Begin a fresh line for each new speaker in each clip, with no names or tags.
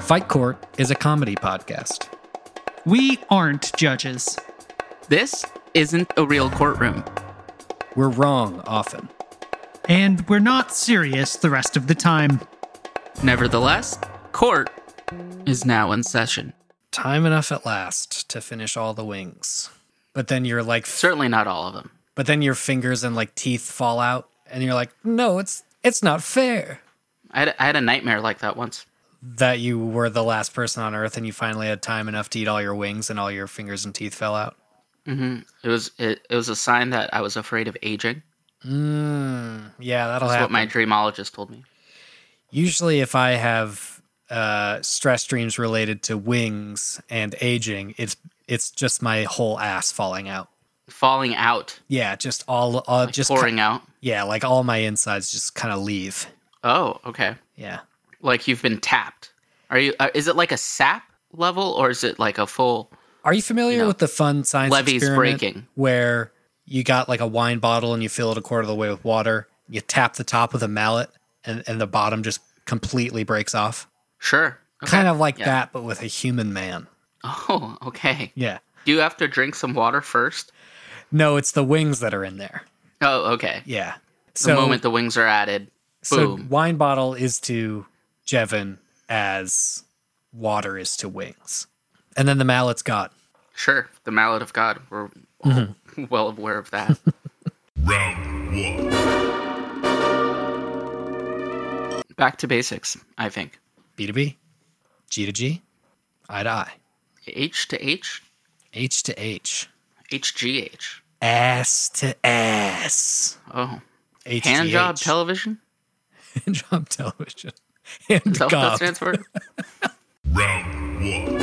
Fight Court is a comedy podcast.
We aren't judges.
This isn't a real courtroom.
We're wrong often.
And we're not serious the rest of the time.
Nevertheless, court is now in session.
Time enough at last to finish all the wings. But then you're like,
Certainly not all of them.
but then your fingers and like teeth fall out, and you're like, no, it's it's not fair
I had, I had a nightmare like that once.
that you were the last person on Earth and you finally had time enough to eat all your wings and all your fingers and teeth fell out.
It was it, it was a sign that I was afraid of aging.
Mm, yeah, that'll
That's
happen.
what my dreamologist told me.
Usually, if I have uh, stress dreams related to wings and aging, it's it's just my whole ass falling out.
Falling out,
Yeah, just all, all just ki-
pouring out.
yeah, like all my insides just kind of leave.
Oh, okay.
Yeah,
Like you've been tapped. Are you? Uh, is it like a sap level, or is it like a full?
Are you familiar
know,
with the fun science
levees
experiment
breaking.
where you got like a wine bottle and you fill it a quarter of the way with water, you tap the top with a mallet, and, and the bottom just completely breaks off?
Sure. Okay.
Kind of like
Yeah.
that, but with a human man.
Oh, okay.
Yeah.
Do you have to drink some water first?
No, it's the wings that are in there.
Oh, okay.
Yeah.
The moment the wings are added,
so
boom.
wine bottle is to Jevin as water is to wings. And then the mallet's gone.
sure. The mallet of God. We're all
Mm-hmm.
well aware of that.
Round one.
Back to basics, I think.
B to B, G to G, I to I,
H to H,
H to H.
H G H.
ass to ass.
Oh,
HGH.
hand job television.
Hand job television. Hand
Is that what that
gob.
stands for?
Round one.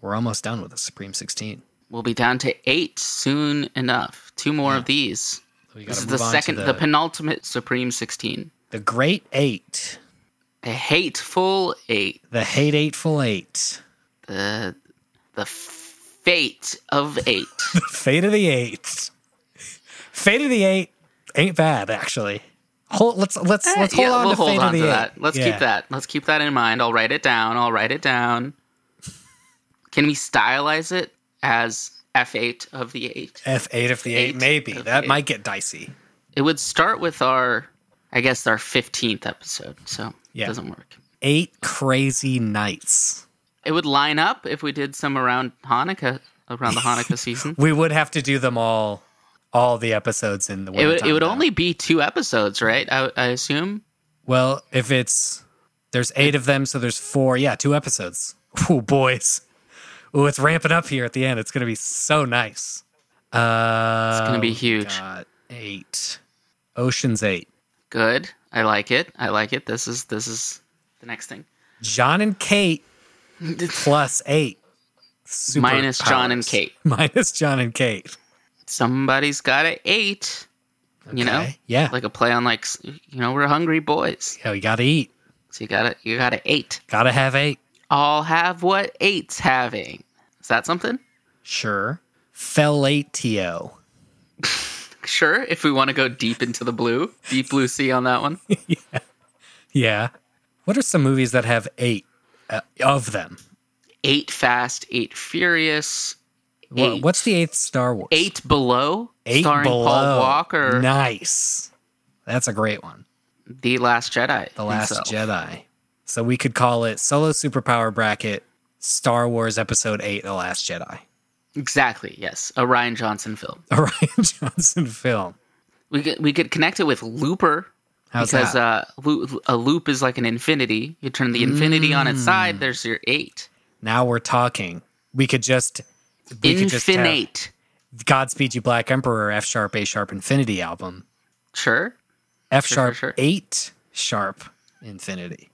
We're almost done with the Supreme 16.
we'll be down to eight soon enough. Two more of these.
We
This
gotta
is
move
the
on to
second, the,
the,
penultimate Supreme 16.
the Great Eight,
The hateful eight.
the Hate Eightful Eight,
The, the fate of eight.
Fate of the Eight. Fate of the Eight ain't bad actually. Hold, let's let's let's hold
Eh, Yeah,
on
we'll
to
hold
Fate
on
of the
to
Eight.
that. Let's
Yeah.
keep that. Let's keep that in mind. I'll write it down. I'll write it down. Can we stylize it as F8 of the eight?
F8 of the Eight,
Eight
maybe
of the
that
Eight.
might get dicey.
It would start with our, I guess, our 15th episode. So
Yeah.
it doesn't work.
Eight crazy nights.
It would line up if we did some around Hanukkah, around the Hanukkah season.
We would have to do them all, all the episodes in the
It
winter.
would, it would only be two episodes, right? I, I assume.
Well, if it's there's eight of them, so there's four. Yeah, two episodes. Ooh, boys. Ooh, it's ramping up here at the end. It's gonna be so nice. Uh,
It's going to be huge.
got eight. Ocean's Eight.
Good. I like it. I like it. This is this is the next thing.
John and Kate plus eight. Super
Minus John and
powers.
Kate.
Minus John and Kate.
Somebody's got to eight. You know,
Okay, yeah.
like a play on like s- you know we're hungry boys.
Yeah, we gotta eat.
So you gotta you gotta eight.
Gotta have eight.
All have what eight's having. Is that something?
Sure. Fellatio.
Sure. If we want to go deep into the blue, deep blue sea on that one.
Yeah. What are some movies that have eight uh, of them?
Eight fast, eight furious,
Wha-
eight
What's the eighth Star Wars?
eight below,
Eight
starring
Below.
Paul Walker.
Nice. That's a great one.
The Last Jedi.
The Last
himself.
Jedi. So we could call it Solo Superpower Bracket Star Wars Episode 8 The Last Jedi.
Exactly. Yes, a Ryan Johnson film.
A Ryan Johnson film.
We could we could connect it with Looper
How's
because
that?
Uh, loo- a loop is like an infinity. You turn the infinity on its
Mm.
side. There's your eight.
now we're talking. We could just. We could just have
Infinite.
Godspeed You Black Emperor F sharp A sharp Infinity album.
Sure.
F
Sure, sure,
sharp
sure.
8 sharp Infinity,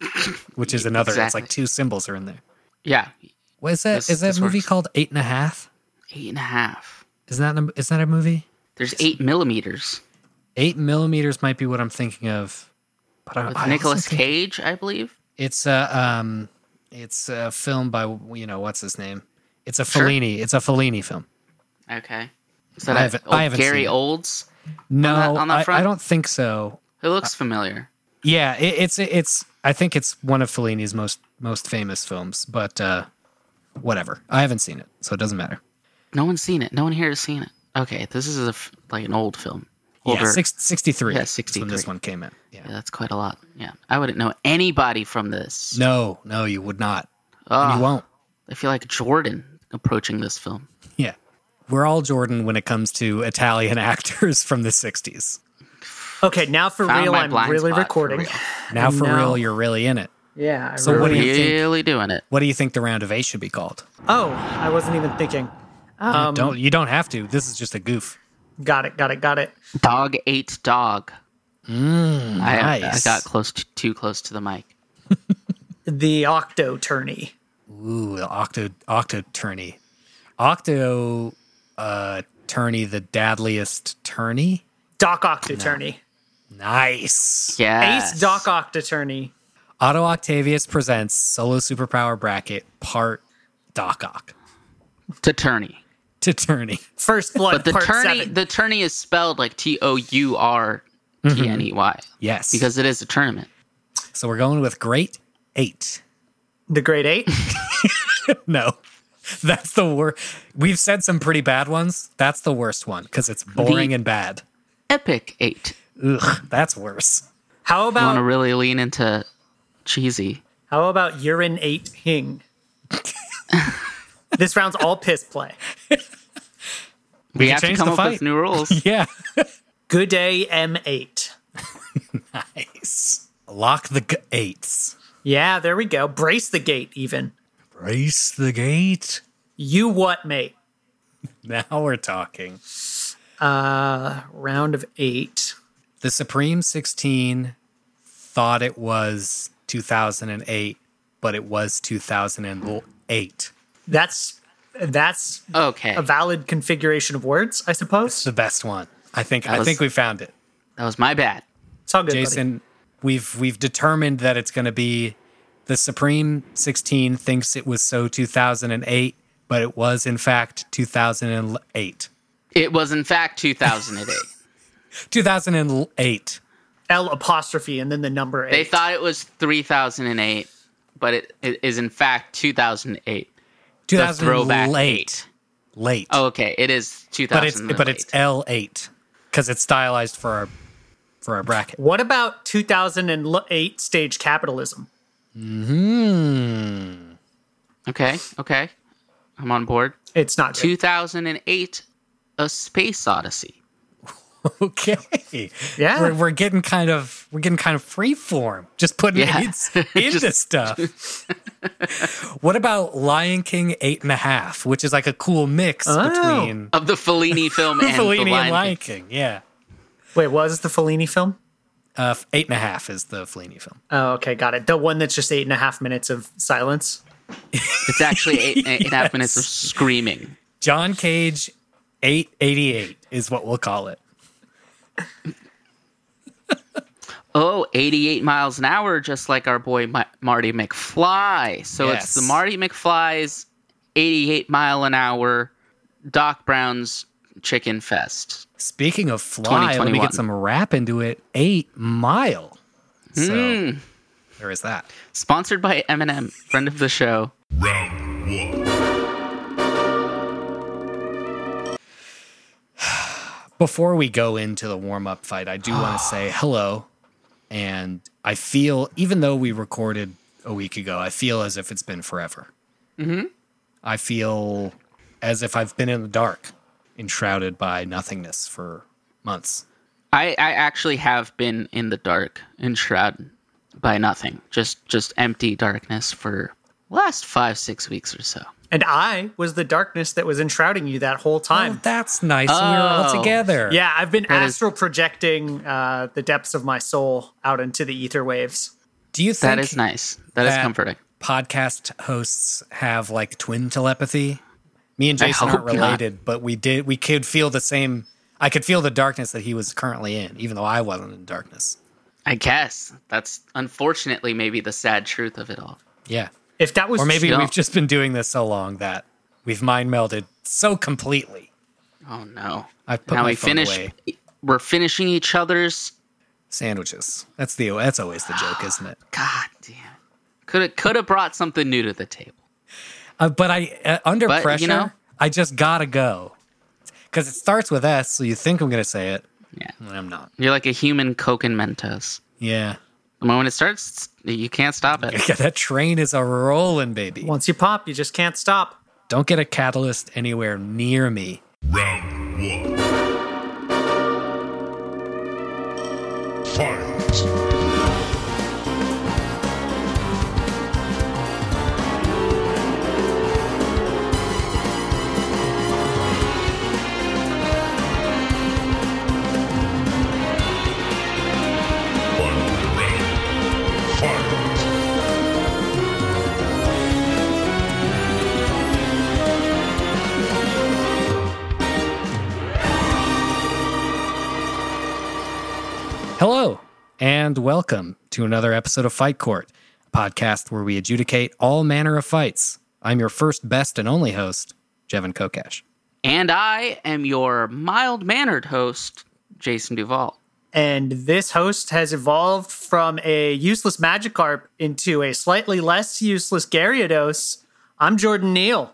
which is another. It's
Exactly.
like two symbols are in there.
Yeah.
What is that? Is
This-
that
this
movie
works.
called Eight and a Half?
Eight and a half.
Is that a, is that a movie?
There's eight millimeters
Eight millimeters might be what I'm thinking of. But I,
with
I also
Nicolas
think
Cage, I believe.
It's a um, it's a film by you know what's his name. It's a
Sure.
Fellini. It's a Fellini film.
Okay. Is that
I
a-
haven't-
oh,
I haven't
Gary
seen it.
Olds?
No,
that- on that
I, I
front?
don't think so.
It looks familiar.
Yeah, it, it's it's I think it's one of Fellini's most most famous films, but uh, whatever. I haven't seen it, so it doesn't matter.
No one's seen it. No one here has seen it. Okay, this is a f like an old film. Older.
Yeah, six, 63.
Yeah,
is when this
63.
one came out. Yeah.
Yeah, that's quite a lot. Yeah, I wouldn't know anybody from this.
No, no, you would not.
Ah,
You won't.
I feel like Jordan approaching this film.
Yeah. We're all Jordan when it comes to Italian actors from the 60s.
Okay, now for
Found
real,
my
I'm
blind
really
spot for
recording.
real.
Now for
No.
real, you're really in it.
Yeah. I
So what do
really-
you- think-
Really doing it.
What do you think the round of eight should be called?
Oh, I wasn't even thinking. Um,
don't you don't have to. This is just a goof.
Got it. Got it. Got it.
Dog ate dog. I, I
Mm, nice.
got close to, too close to the mic.
The Octo Tourney.
Ooh, the octo octo tourney. Octo uh tourney, the dadliest tourney.
Doc Octo Tourney.
Nice.
Yes.
Ace Doc Octo Tourney.
Otto Octavius presents Solo Superpower Bracket Part Doc Ock
To tourney.
to tourney.
First Blood
But the
Part
tourney,
7.
the tourney is spelled like T O U R T N E Y
Yes.
because it is a tournament.
so we're going with great eight.
the Great Eight.
No. That's the worst. We've said some pretty bad ones. That's the worst one because it's boring
The-
and bad.
Epic eight.
Ugh, that's worse.
How
You want to
about
really lean into cheesy.
how about Urine Eight Hing? this round's all piss play.
We,
can
have to
change
come
the
up
fight.
with new rules.
Yeah.
Good Day M Eight.
nice. Lock the g- eights.
Yeah, there we go. Brace the gate. Even
Brace the gate.
you what mate?
Now we're talking.
Round of eight.
The Supreme 16 thought it was 2008, but it was 2008.
That's that's
Okay.
a valid configuration of words, I suppose.
It's the best one. I think I
was-
think we found it.
That was my bad.
It's all good, buddy.
Jason, we've we've determined that it's going to be the Supreme 16 thinks it was so 2008, but it was in fact 2008.
It was in fact 2008.
2008.
L apostrophe and then the number eight.
they thought it was 3008, but it, it is in fact 2008. The throwback
2008.
eight.
Late.
Oh, okay. It is 2008.
but it's but it's L8 cuz it's stylized for our for our bracket.
what about 2008 stage capitalism?
Hmm.
okay. Okay. I'm on board.
It's not good.
2008, A Space Odyssey.
Okay.
Yeah.
We're, we're getting kind of we're getting kind of free form, just putting
Yeah.
eights into
Just-
stuff. what about Lion King eight and a half, which is like a cool mix
Oh.
between
Of the Fellini film and
Fellini
the Lion
and Lion
King.
King? Yeah.
Wait, was the Fellini film?
Uh, eight and a half is the Fellini film.
Oh, okay, got it. The one that's just eight and a half minutes of silence.
It's actually eight, eight and a half minutes of screaming.
John Cage, eight eighty eight is what we'll call it.
Oh, 88 miles an hour, just like our boy Ma- Marty McFly. So it's
Yes.
the Marty McFly's 88 mile an hour Doc Brown's Chicken Fest.
Speaking of fly, let me
2021.
get some rap into it. Eight mile. So
Hmm.
there is that.
Sponsored by Eminem, friend of the show.
Round one.
before we go into the warm up fight, I do want to say hello. And I feel, even though we recorded a week ago, I feel as if it's been forever. Mm-hmm. I feel as if I've been in the dark, enshrouded by nothingness for months.
I, I actually have been in the dark, enshrouded by nothing, just just empty darkness for last five six weeks or so.
And I was the darkness that was enshrouding you that whole
Oh,
time.
that's nice. we were all
Oh.
together.
yeah, I've been
is-
astral projecting uh, the depths of my soul out into the ether waves.
Do you think
That is nice. that is
that
comforting.
podcast hosts have like twin telepathy? Me and
I
Jason aren't
hope not.
related, but we did we could feel the same I could feel the darkness that he was currently in, even though I wasn't in darkness.
I guess that's unfortunately maybe the sad truth of it all.
Yeah.
If that was
Or maybe
Yeah.
we've just been doing this so long that we've mind melded so completely.
Oh no!
I put
now
my
we
phone
finish. e,
away.
We're finishing each other's
Sandwiches. That's the that's always the joke, isn't it?
God damn. Could have could have brought something new to the table.
Uh, but I uh, under
But, you
pressure,
know-
I just gotta go because it starts with S. So you think I'm gonna say it,
Yeah.
and I'm not.
You're like a human Coke and Mentos.
Yeah,
The moment it starts, it's- you can't stop it.
yeah. That train is a rolling, baby.
Once you pop, you just can't stop.
Don't get a catalyst anywhere near me.
Round one. Fight. One round. Fight.
Hello, and welcome to another episode of Fight Court, a podcast where we adjudicate all manner of fights. I'm your first, best, and only host, Jevin Kokesh.
And I am your mild mannered host, Jason Duval.
And this host has evolved from a useless Magikarp into a slightly less useless Gyarados. I'm Jordan Neal.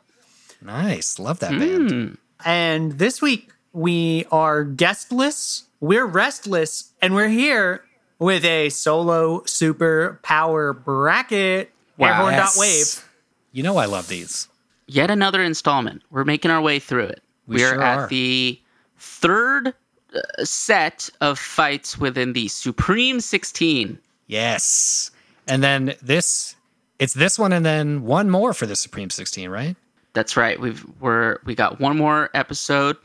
Nice. Love that band.
And this week we are guestless, we're restless, and we're here with a solo super power bracket.
Wow.
Airhorn dot
Yes.
wave.
You know I love these.
Yet another installment. We're making our way through it.
We
are
sure
at
are.
the third uh, set of fights within the Supreme 16.
Yes. And then this, it's this one and then one more for the Supreme 16, right?
That's right. We've we're we got one more episode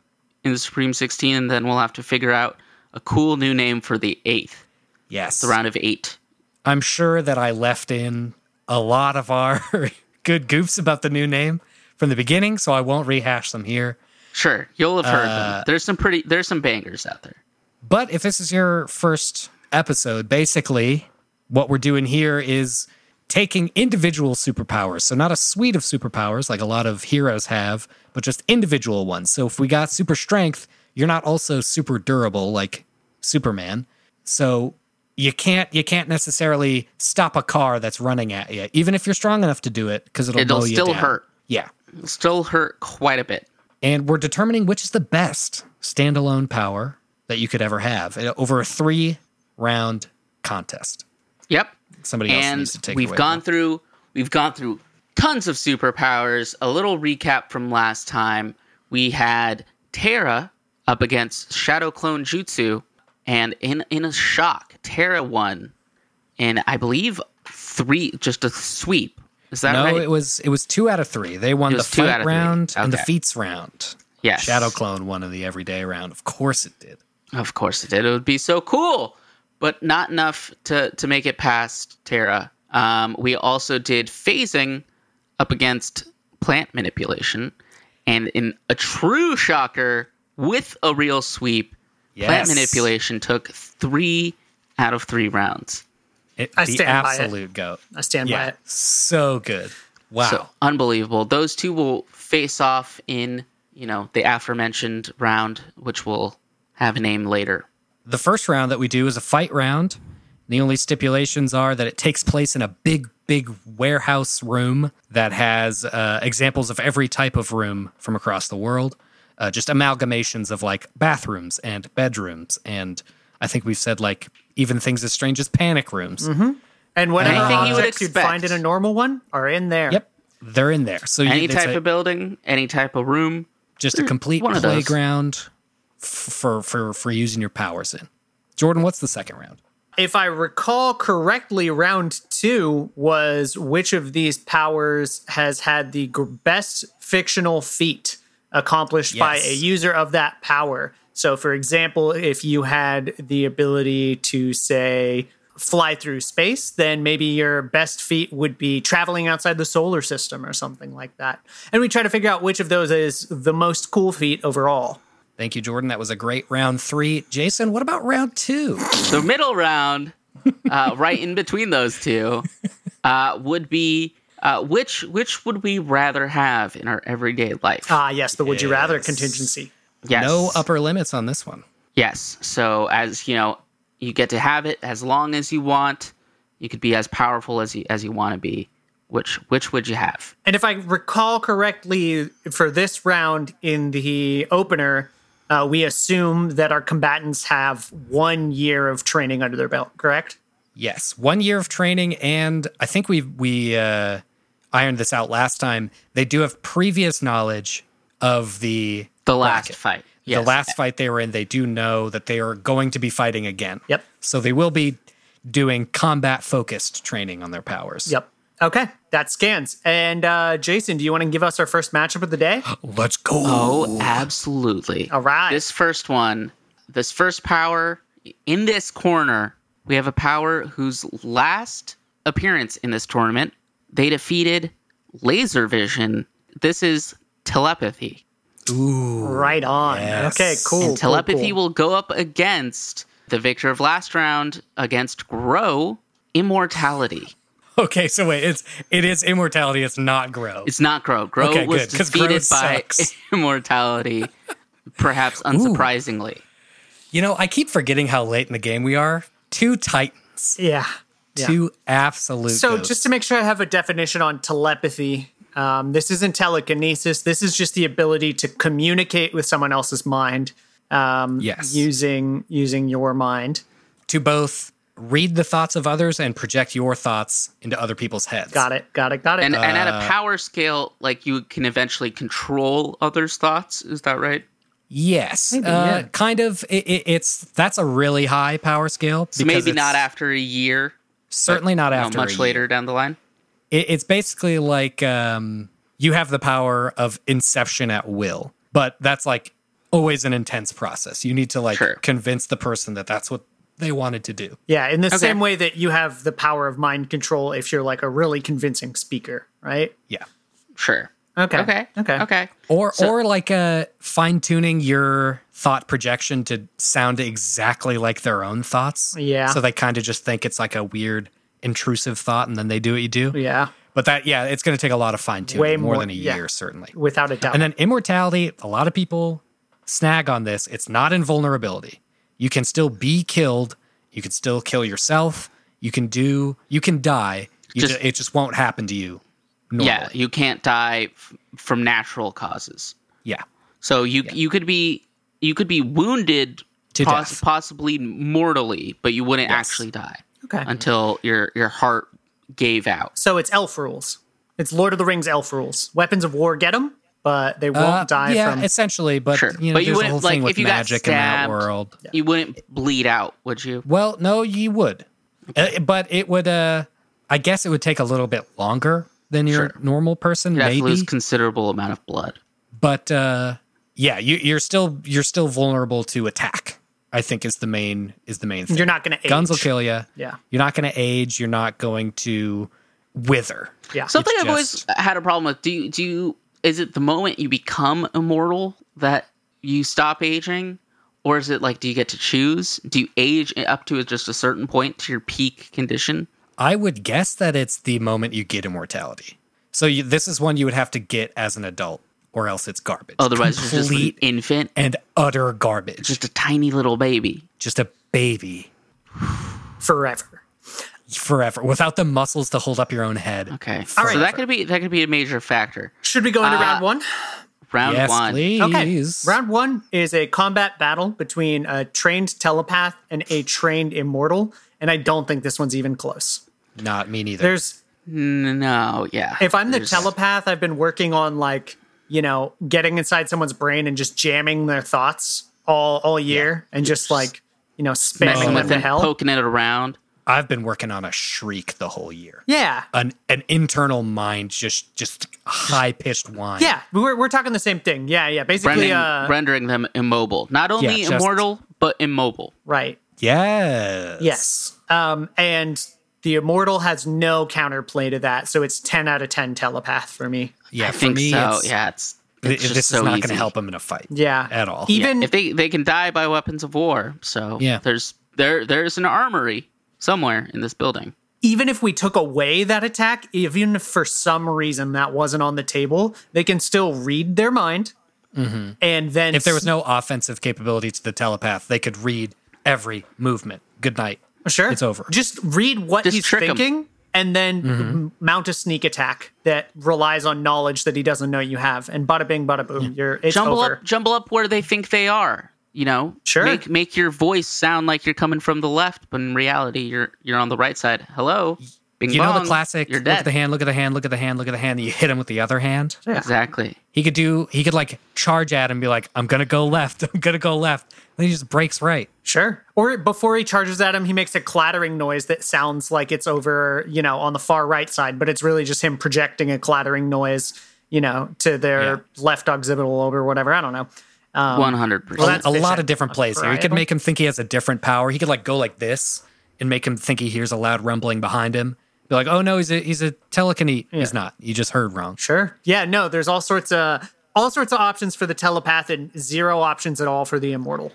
in the Supreme 16, and then we'll have to figure out a cool new name for the eighth,
Yes.
the round of eight.
I'm sure that I left in a lot of our good goofs about the new name from the beginning, so I won't rehash them here.
Sure, you'll have heard
Uh,
them. There's some pretty there's some bangers out there.
But if this is your first episode, basically what we're doing here is taking individual superpowers. So, not a suite of superpowers like a lot of heroes have, but just individual ones. So, if we got super strength, you're not also super durable like Superman. So, you can't you can't necessarily stop a car that's running at you, even if you're strong enough to do it, because it'll,
It'll
blow you
still
down.
hurt.
Yeah,
It'll still hurt quite a bit.
and we're determining which is the best standalone power that you could ever have uh, over a three round contest.
Yep.
Somebody else
And
needs to take it
we've
away.
gone through we've gone through tons of superpowers. A little recap from last time. We had Terra up against Shadow Clone Jutsu, and in in a shock, Terra won in I believe three just a sweep. Is that
no,
right?
it was it was two out of three. They won
It
the
was two out
fight
of three.
round and the
Okay.
feats round.
Yes.
Shadow Clone won in the everyday round. Of course it did.
Of course it did. It would be so cool, but not enough to to make it past Terra. Um, we also did phasing up against plant manipulation, and in a true shocker with a real sweep,
Yes.
plant manipulation took three out of three rounds.
It,
I
the
stand by it.
absolute goat.
I stand by
Yeah,
it.
so good. Wow.
So unbelievable. Those two will face off in you know the aforementioned round, which will have a name later.
the first round that we do is a fight round. The only stipulations are that it takes place in a big, big warehouse room that has uh, examples of every type of room from across the world, uh, just amalgamations of like bathrooms and bedrooms. And I think we've said like even things as strange as panic rooms.
Mm-hmm.
And whatever
Anything you would
objects you would
expect.
find in a normal one are in there.
Yep. They're in there. So you,
Any
it's
type
a-
of building, any type of room.
just a complete
one of those.
playground f- for, for, for using your powers in. Jordan, what's the second round?
if I recall correctly, round two was which of these powers has had the gr- best fictional feat accomplished by
Yes.
a user of that power. So, for example, if you had the ability to, say, fly through space, then maybe your best feat would be traveling outside the solar system or something like that. And we try to figure out which of those is the most cool feat overall.
Thank you, Jordan. That was a great round three. Jason, what about round two?
the middle round, uh, right in between those two, uh, would be uh, which which would we rather have in our everyday life?
Uh,
Ah, yes, the would you rather
Yes.
contingency.
yes,
No upper limits on this one.
Yes. So as you know, You get to have it as long as you want. You could be as powerful as you as you want to be. Which which would you have?
And if I recall correctly, for this round in the opener, uh, we assume that our combatants have one year of training under their belt, correct?
Yes, one year of training, and I think we we uh, ironed this out last time. They do have previous knowledge of the
The last
bracket.
fight.
The last fight they were in, they do know that they are going to be fighting again.
Yep.
So they will be doing combat focused training on their powers.
Yep. Okay, that scans. And uh, Jason, do you want to give us our first matchup of the day?
Let's go.
Oh, absolutely.
All right.
This first one, this first power in this corner, we have a power whose last appearance in this tournament, they defeated Laser Vision. This is telepathy.
right on.
yes.
Okay, cool.
and telepathy
cool, cool.
will go up against the victor of last round against Grow Immortality.
Okay, so wait, it's it is immortality. It's not grow.
It's not Grow. Grow
Okay,
was
good, 'cause Grow
defeated by
sucks.
Immortality, perhaps unsurprisingly.
you know, I keep forgetting how late in the game we are. Two titans,
Yeah. yeah.
two absolute.
So
goats.
just to make sure I have a definition on telepathy, um, this isn't telekinesis. This is just the ability to communicate with someone else's mind um,
Yes.
using using your mind.
to both read the thoughts of others and project your thoughts into other people's heads.
Got it. Got it. Got it. Uh,
And, and at
Uh,
a power scale, like you can eventually control others' thoughts. Is that right?
Yes, uh, kind of. It, it, it's that's a really high power scale.
So maybe
it's-
not after a year.
Certainly not
you know,
after
much
a
later
year.
down the line.
It, it's basically like um, you have the power of inception at will, but that's like always an intense process. You need to like
Sure.
convince the person that that's what they wanted to do.
yeah. In the same way that you have the power of mind control if you're like a really convincing speaker, right?
Yeah.
Sure.
Okay.
Okay.
Okay.
Okay.
Or
So-
or like uh, fine tuning your thought projection to sound exactly like their own thoughts.
Yeah.
So they kind of just think it's like a weird intrusive thought, and then they do what you do.
Yeah.
But that yeah, it's going to take a lot of fine tuning,
Way
more,
more-
than a
yeah.
year certainly.
Without a doubt.
And then immortality, a lot of people snag on this. It's not invulnerability. You can still be killed. You can still kill yourself. You can do. You can die. You
Just-
ju- it just won't happen to you. Normally.
Yeah, you can't die f- from natural causes.
Yeah.
So you you could be you could be wounded
To
pos-
death.
possibly mortally, but you wouldn't
Yes.
actually die
okay.
until your your heart gave out.
so it's elf rules. It's Lord of the Rings elf rules. Weapons of war get them, but they won't
Uh,
die
yeah,
from.
essentially, but
Sure.
you know,
But you
there's a
wouldn't,
whole thing
like,
with
if you got
magic in that
stabbed-
world.
You wouldn't bleed out, would you?
Well, no, you would, Uh, but it would. Uh, I guess it would take a little bit longer than your
Sure.
normal person,
You'd have to
maybe.
lose considerable amount of blood.
but uh, yeah, you, you're still you're still vulnerable to attack. I think is the main is the main thing.
You're not going to age.
Guns will kill you.
Yeah.
You're not going to age. You're not going to wither.
Yeah.
Something
It's
I've always
just-
had a problem with. Do you, do you, is it the moment you become immortal that you stop aging, or is it like do you get to choose? Do you age up to just a certain point to your peak condition?
I would guess that it's the moment you get immortality. So you, this is one you would have to get as an adult, or else it's garbage.
Otherwise,
Complete
you're just an infant,
and utter garbage.
just a tiny little baby.
Just a baby
forever.
forever without the muscles to hold up your own head.
Okay,
All right.
so that could be that could be a major factor.
Should we go
Uh,
into round one?
Round
Yes,
one.
please.
Okay. Round one is a combat battle between a trained telepath and a trained immortal, and I don't think this one's even close.
Not me neither.
There's
No, yeah.
if I'm the
There's-
telepath, I've been working on like, you know, getting inside someone's brain and just jamming their thoughts all all year and just like, you know,
messing
spamming
with
what the
it,
hell.
poking it around.
I've been working on a shriek the whole year.
yeah.
An an internal mind just just high pitched whine.
Yeah. We're we're talking the same thing. Yeah, yeah. Basically
Rendering,
uh
rendering them immobile. Not only
just-
immortal, but immobile.
right.
Yes.
Yes. Um and the immortal has no counterplay to that, so it's ten out of ten telepath for me.
Yeah.
I
for
think
me,
so.
it's-
Yeah, it's,
th-
it's just
this
so
is not
easy.
going to help him in a fight.
Yeah.
At all.
Even
if they they can die by weapons of war. So
Yeah.
there's there there's an armory somewhere in this building.
even if we took away that attack, even if for some reason that wasn't on the table, they can still read their mind. And then
Mm-hmm. if there was no offensive capability to the telepath, they could read every movement. Good night.
Sure.
It's over. Mm-hmm.
Just read what
Just
he's
trick 'em.
thinking and then m- mount a sneak attack that relies on knowledge that he doesn't know you have. And bada bing, bada boom. You're it's
jumble
over.
up jumble up where they think they are you know
Sure.
make make your voice sound like you're coming from the left but in reality you're you're on the right side hello Bing
You know
bong,
the classic
you're
look
dead
at the hand, look at the hand, look at the hand, look at the hand, and you hit him with the other hand.
exactly
He could do he could like charge at him and be like, I'm gonna go left, I'm gonna go left. And then he just breaks right.
Sure. Or before he charges at him, he makes a clattering noise that sounds like it's over, you know, on the far right side, but it's really just him projecting a clattering noise, you know, to their left occipital lobe or whatever. I don't know.
Um, 100%
well, that's-
a
Fix
lot
it.
of different plays here. He could
Varietal.
make him think he has a different power. He could like go like this and make him think he hears a loud rumbling behind him. Be like, oh no, he's a he's a telekinet. He's not. You just heard wrong.
Sure. Yeah, no, there's all sorts of all sorts of options for the telepath and zero options at all for the immortal.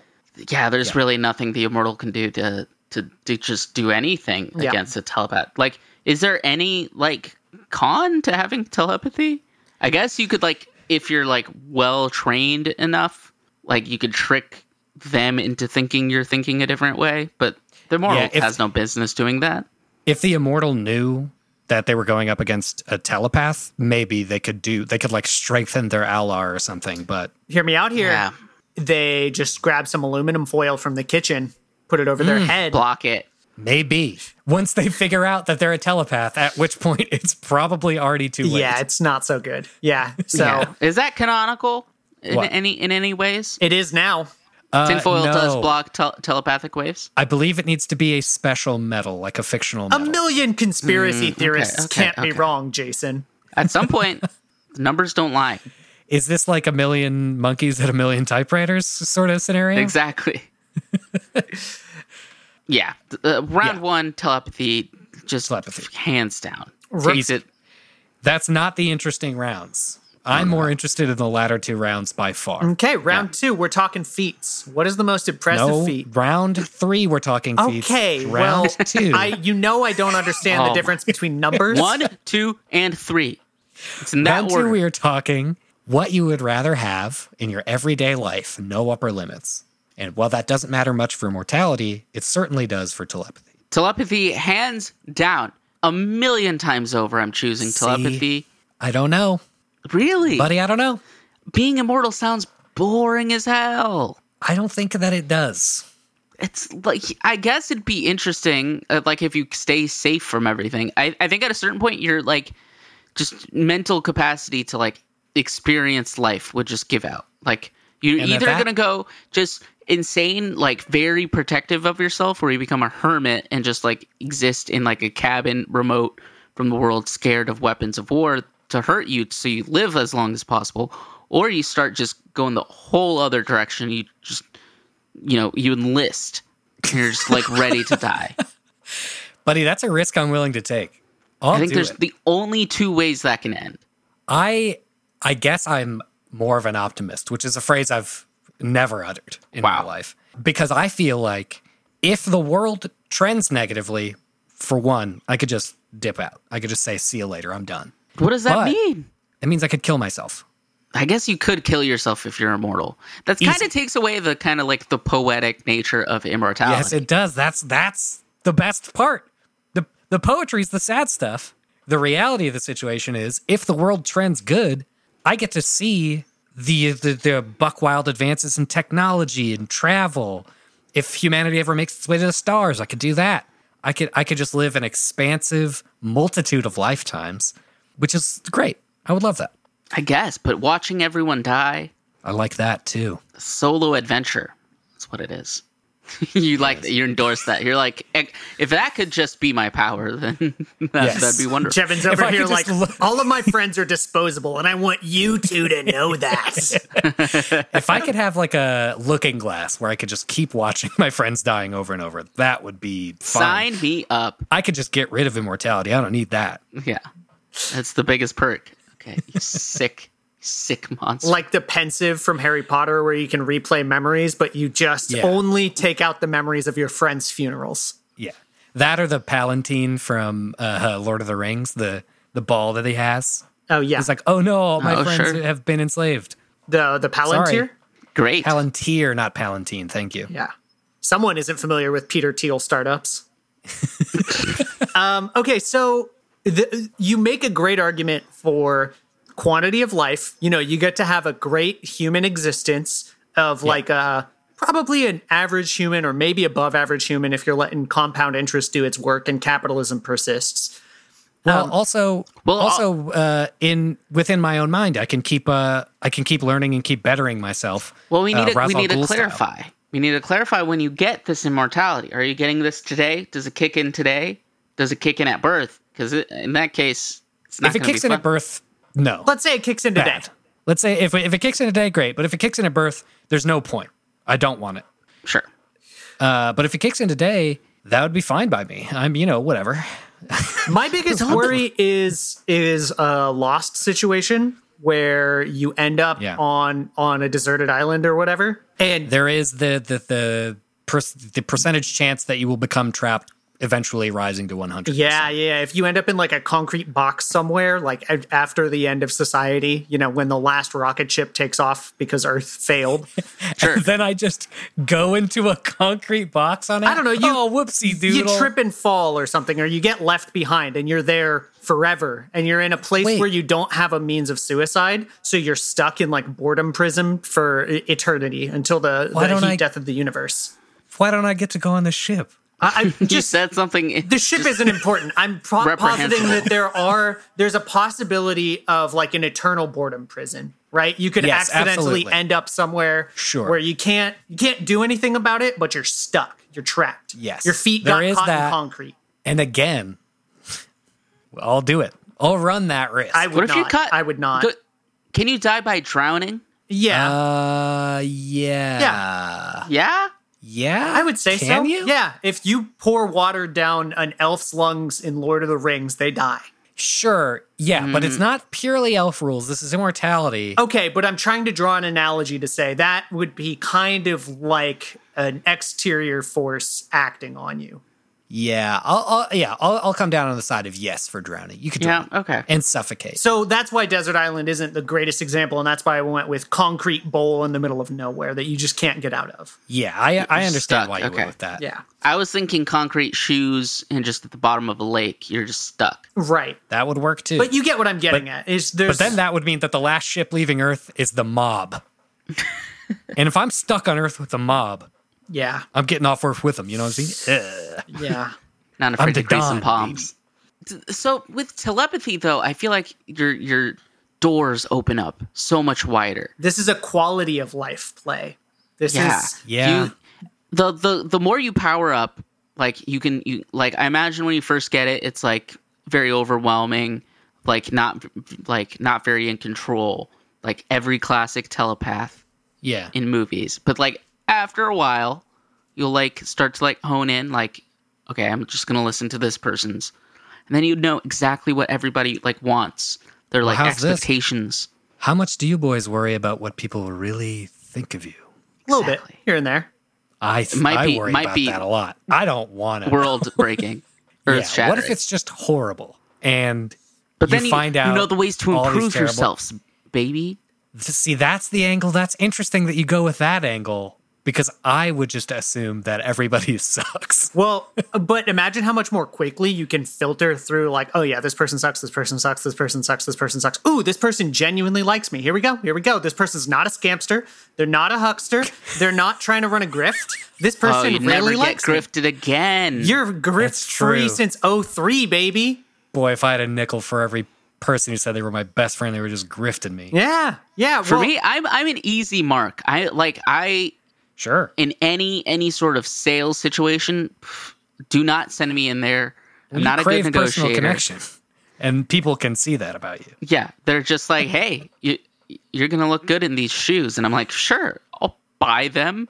yeah there's really nothing the immortal can do to to, to just do anything
Yeah.
against a telepath like is there any like con to having telepathy i guess you could like if you're like well trained enough like you could trick them into thinking you're thinking a different way but the immortal
if-
has no business doing that
If the immortal knew that they were going up against a telepath, maybe they could do they could like strengthen their ally or something. But
Hear me out here.
Yeah.
They just grab some aluminum foil from the kitchen, put it over their head.
Mm, block it
maybe once they figure out that they're a telepath, at which point it's probably already too late.
Yeah, it's not so good. Yeah. So
Yeah. is that canonical in
What?
any in any ways?
it is now.
Uh,
Tinfoil does
no.
block tel- telepathic waves.
I believe it needs to be a special metal, like a fictional
A
metal.
million conspiracy theorists
Mm, okay,
can't be
okay.
wrong, Jason.
At some point, the numbers don't lie.
is this like a million monkeys at a million typewriters sort of scenario?
Exactly. yeah, th- uh, round one telepathy just
Telepathy.
f- hands down.
Right.
Takes it.
That's not the interesting rounds. I'm more interested in the latter two rounds by far.
Okay, round two, we're talking feats. What is the most impressive
No,
feat?
round three, we're talking feats.
Okay,
round
well,
two.
I you know I don't understand
Oh
the
my-
difference between numbers.
One, two, and three. It's in that
round
order.
two, we are talking what you would rather have in your everyday life, no upper limits. And while that doesn't matter much for mortality, it certainly does for telepathy.
Telepathy, hands down. A million times over, I'm choosing
See?
telepathy.
I don't know,
Really?
buddy. I don't know.
Being immortal sounds boring as hell.
I don't think that it does.
it's like I guess it'd be interesting, uh, like if you stay safe from everything. I, I think at a certain point, your like just mental capacity to like experience life would just give out. Like you're
And at
either
that-
gonna go just insane, like very protective of yourself, or you become a hermit and just like exist in like a cabin remote from the world, scared of weapons of war to hurt you, so you live as long as possible, or you start just going the whole other direction. You just you know, you enlist and you're just like ready to die.
buddy. That's a risk I'm willing to take. I'll
I think
do
there's
it.
the only two ways that can end.
I I guess I'm more of an optimist, which is a phrase I've never uttered in my
Wow.
life. Because I feel like if the world trends negatively, for one, I could just dip out. I could just say, see you later, I'm done.
What does that
But-
mean?
That means I could kill myself.
I guess you could kill yourself if you're immortal. That kind
Easy.
of takes away the kind of like the poetic nature of immortality.
Yes, it does. That's that's the best part. The the poetry's the sad stuff. The reality of the situation is if the world trends good, I get to see the the, the buck wild advances in technology and travel. If humanity ever makes its way to the stars, I could do that. I could I could just live an expansive multitude of lifetimes, which is great. I would love that.
I guess, but watching everyone die,
I like that too.
solo adventure. That's what it is. you like that you endorse that. You're like "Ec- if that could just be my power, then that,
Yes.
that'd be wonderful.
Kevin's
If I
over
could
here
just
like
look-
all of my friends are disposable, and I want you two to know that.
if I could have like a looking glass where I could just keep watching my friends dying over and over, that would be fine.
Sign me up.
I could just get rid of immortality. I don't need that.
Yeah. That's the biggest perk. Okay. You sick, sick monster.
like the pensive from Harry Potter, where you can replay memories, but you just
Yeah.
only take out the memories of your friends' funerals.
Yeah, that or the palatine from uh, Lord of the Rings, the the ball that he has.
Oh yeah,
It's like, oh no, all my
Oh,
friends
sure.
have been enslaved.
the the palantir.
Sorry.
Great.
Palantir, not palatine. Thank you.
Yeah, Someone isn't familiar with Peter Thiel startups. um, okay, so the, you make a great argument for quantity of life. You know, you get to have a great human existence of like a probably an average human or maybe above average human if you're letting compound interest do its work and capitalism persists.
Well, also,
Um, Well,
also uh, in within my own mind, I can keep uh, I can keep learning and keep bettering myself.
Well, we
uh,
need to, we
Ra's al
need to
Ghul style.
clarify. We need to clarify when you get this immortality. Are you getting this today? Does it kick in today? Does it kick in at birth? Because in that case, it's not.
If it
gonna
kicks
be
in
fun.
at birth, no,
Let's say it kicks in today.
bad. Let's say if if it kicks in at day, great. But if it kicks in at birth, there's no point. I don't want it.
sure.
Uh, but if it kicks in today, that would be fine by me. I'm you know whatever.
My biggest worry is is a lost situation where you end up
Yeah.
on on a deserted island or whatever. And
There is the the the per- the percentage chance that you will become trapped, eventually rising to 100.
yeah, yeah, if you end up in like a concrete box somewhere like a- after the end of society, you know, when the last rocket ship takes off because Earth failed.
Sure.
then I just go into a concrete box on it.
I don't know, you-
oh, whoopsie
you
doodle.
trip and fall or something or you get left behind and you're there forever and you're in a place
Wait.
where you don't have a means of suicide, so you're stuck in like boredom prison for e- eternity until the,
Why
the
don't
heat
I-
death of the universe.
Why don't I get to go on the ship?
I, I
You
just
said something.
the ship isn't important. I'm pro- positing
Reprehensible.
that there are there's a possibility of like an eternal boredom prison, right? You could
Yes,
accidentally
absolutely.
end up somewhere
Sure.
where you can't you can't do anything about it, but you're stuck. You're trapped.
Yes.
Your feet
There
got
is
caught in
that.
concrete.
And again, I'll do it. I'll run that risk.
I
What
would
if you
not.
cut?
I would not.
Go- Can you die by drowning?
yeah.
uh, yeah. Uh.
Yeah.
Yeah.
I would say
Can
so.
You?
Yeah. If you pour water down an elf's lungs in Lord of the Rings, they die.
Sure. Yeah. But
Mm-hmm.
it's not purely elf rules. This is immortality.
Oh.
Okay, but I'm trying to draw an analogy to say that would be kind of like an exterior force acting on you.
Yeah. I'll, I'll yeah. I'll, I'll come down on the side of yes for drowning. You can
Yeah.
drown
Okay.
and suffocate.
So that's why Desert Island isn't the greatest example, and that's why I went with concrete bowl in the middle of nowhere that you just can't get out of.
Yeah. I I understand
stuck.
why you
Okay.
went with that.
Yeah.
I was thinking concrete shoes and just at the bottom of a lake, you're just stuck.
Right.
That would work too.
But you get what I'm getting at. Is there's
But then that would mean that the last ship leaving Earth is the mob. and if I'm stuck on Earth with the mob,
Yeah.
I'm getting off Earth with them. You know what I'm saying? Ugh.
Yeah.
Not afraid to
the
crease some
Don,
palms. T- So with telepathy, though, I feel like your your doors open up so much wider.
this is a quality of life play. This
Yeah.
is
Yeah.
You- the the the more you power up, like you can you like I imagine when you first get it, it's like very overwhelming, like not like not very in control, like every classic telepath
yeah.
in movies. But like after a while, you'll like start to like hone in like okay, I'm just going to listen to this person's. And then you know exactly what everybody like wants. Their like
how's this?
expectations.
How much do you boys worry about what people really think of you?
a little bit
Exactly.
here and there.
I, th-
might
I
be-
worry
might
about
be-
that a lot. I don't want to.
World breaking. Earth
yeah.
shattering.
What if it's just horrible? And
But
you
then you,
find out
you know the ways to
all these
improve
terrible-
yourselves, baby.
th- see, that's the angle. That's interesting that you go with that angle because I would just assume that everybody sucks.
Well, but imagine how much more quickly you can filter through, like, oh yeah, this person sucks, this person sucks, this person sucks, this person sucks. Ooh, this person genuinely likes me. Here we go, here we go. This person's not a scamster. They're not a huckster. They're not trying to run a grift. This
Oh,
person
you never
really
get
likes me.
grifted again.
You're grift
That's
free
true.
since 03, baby.
Boy, if I had a nickel for every person who said they were my best friend, they were just grifting me.
Yeah, yeah.
For me, I'm I'm an easy mark. I like I
Sure.
in any any sort of sales situation. pff, Do not send me in there. I'm
You
not a good
crave personal
negotiator.
connection, and people can see that about you.
Yeah, they're just like, hey, you you're gonna look good in these shoes, and I'm like, sure, I'll buy them.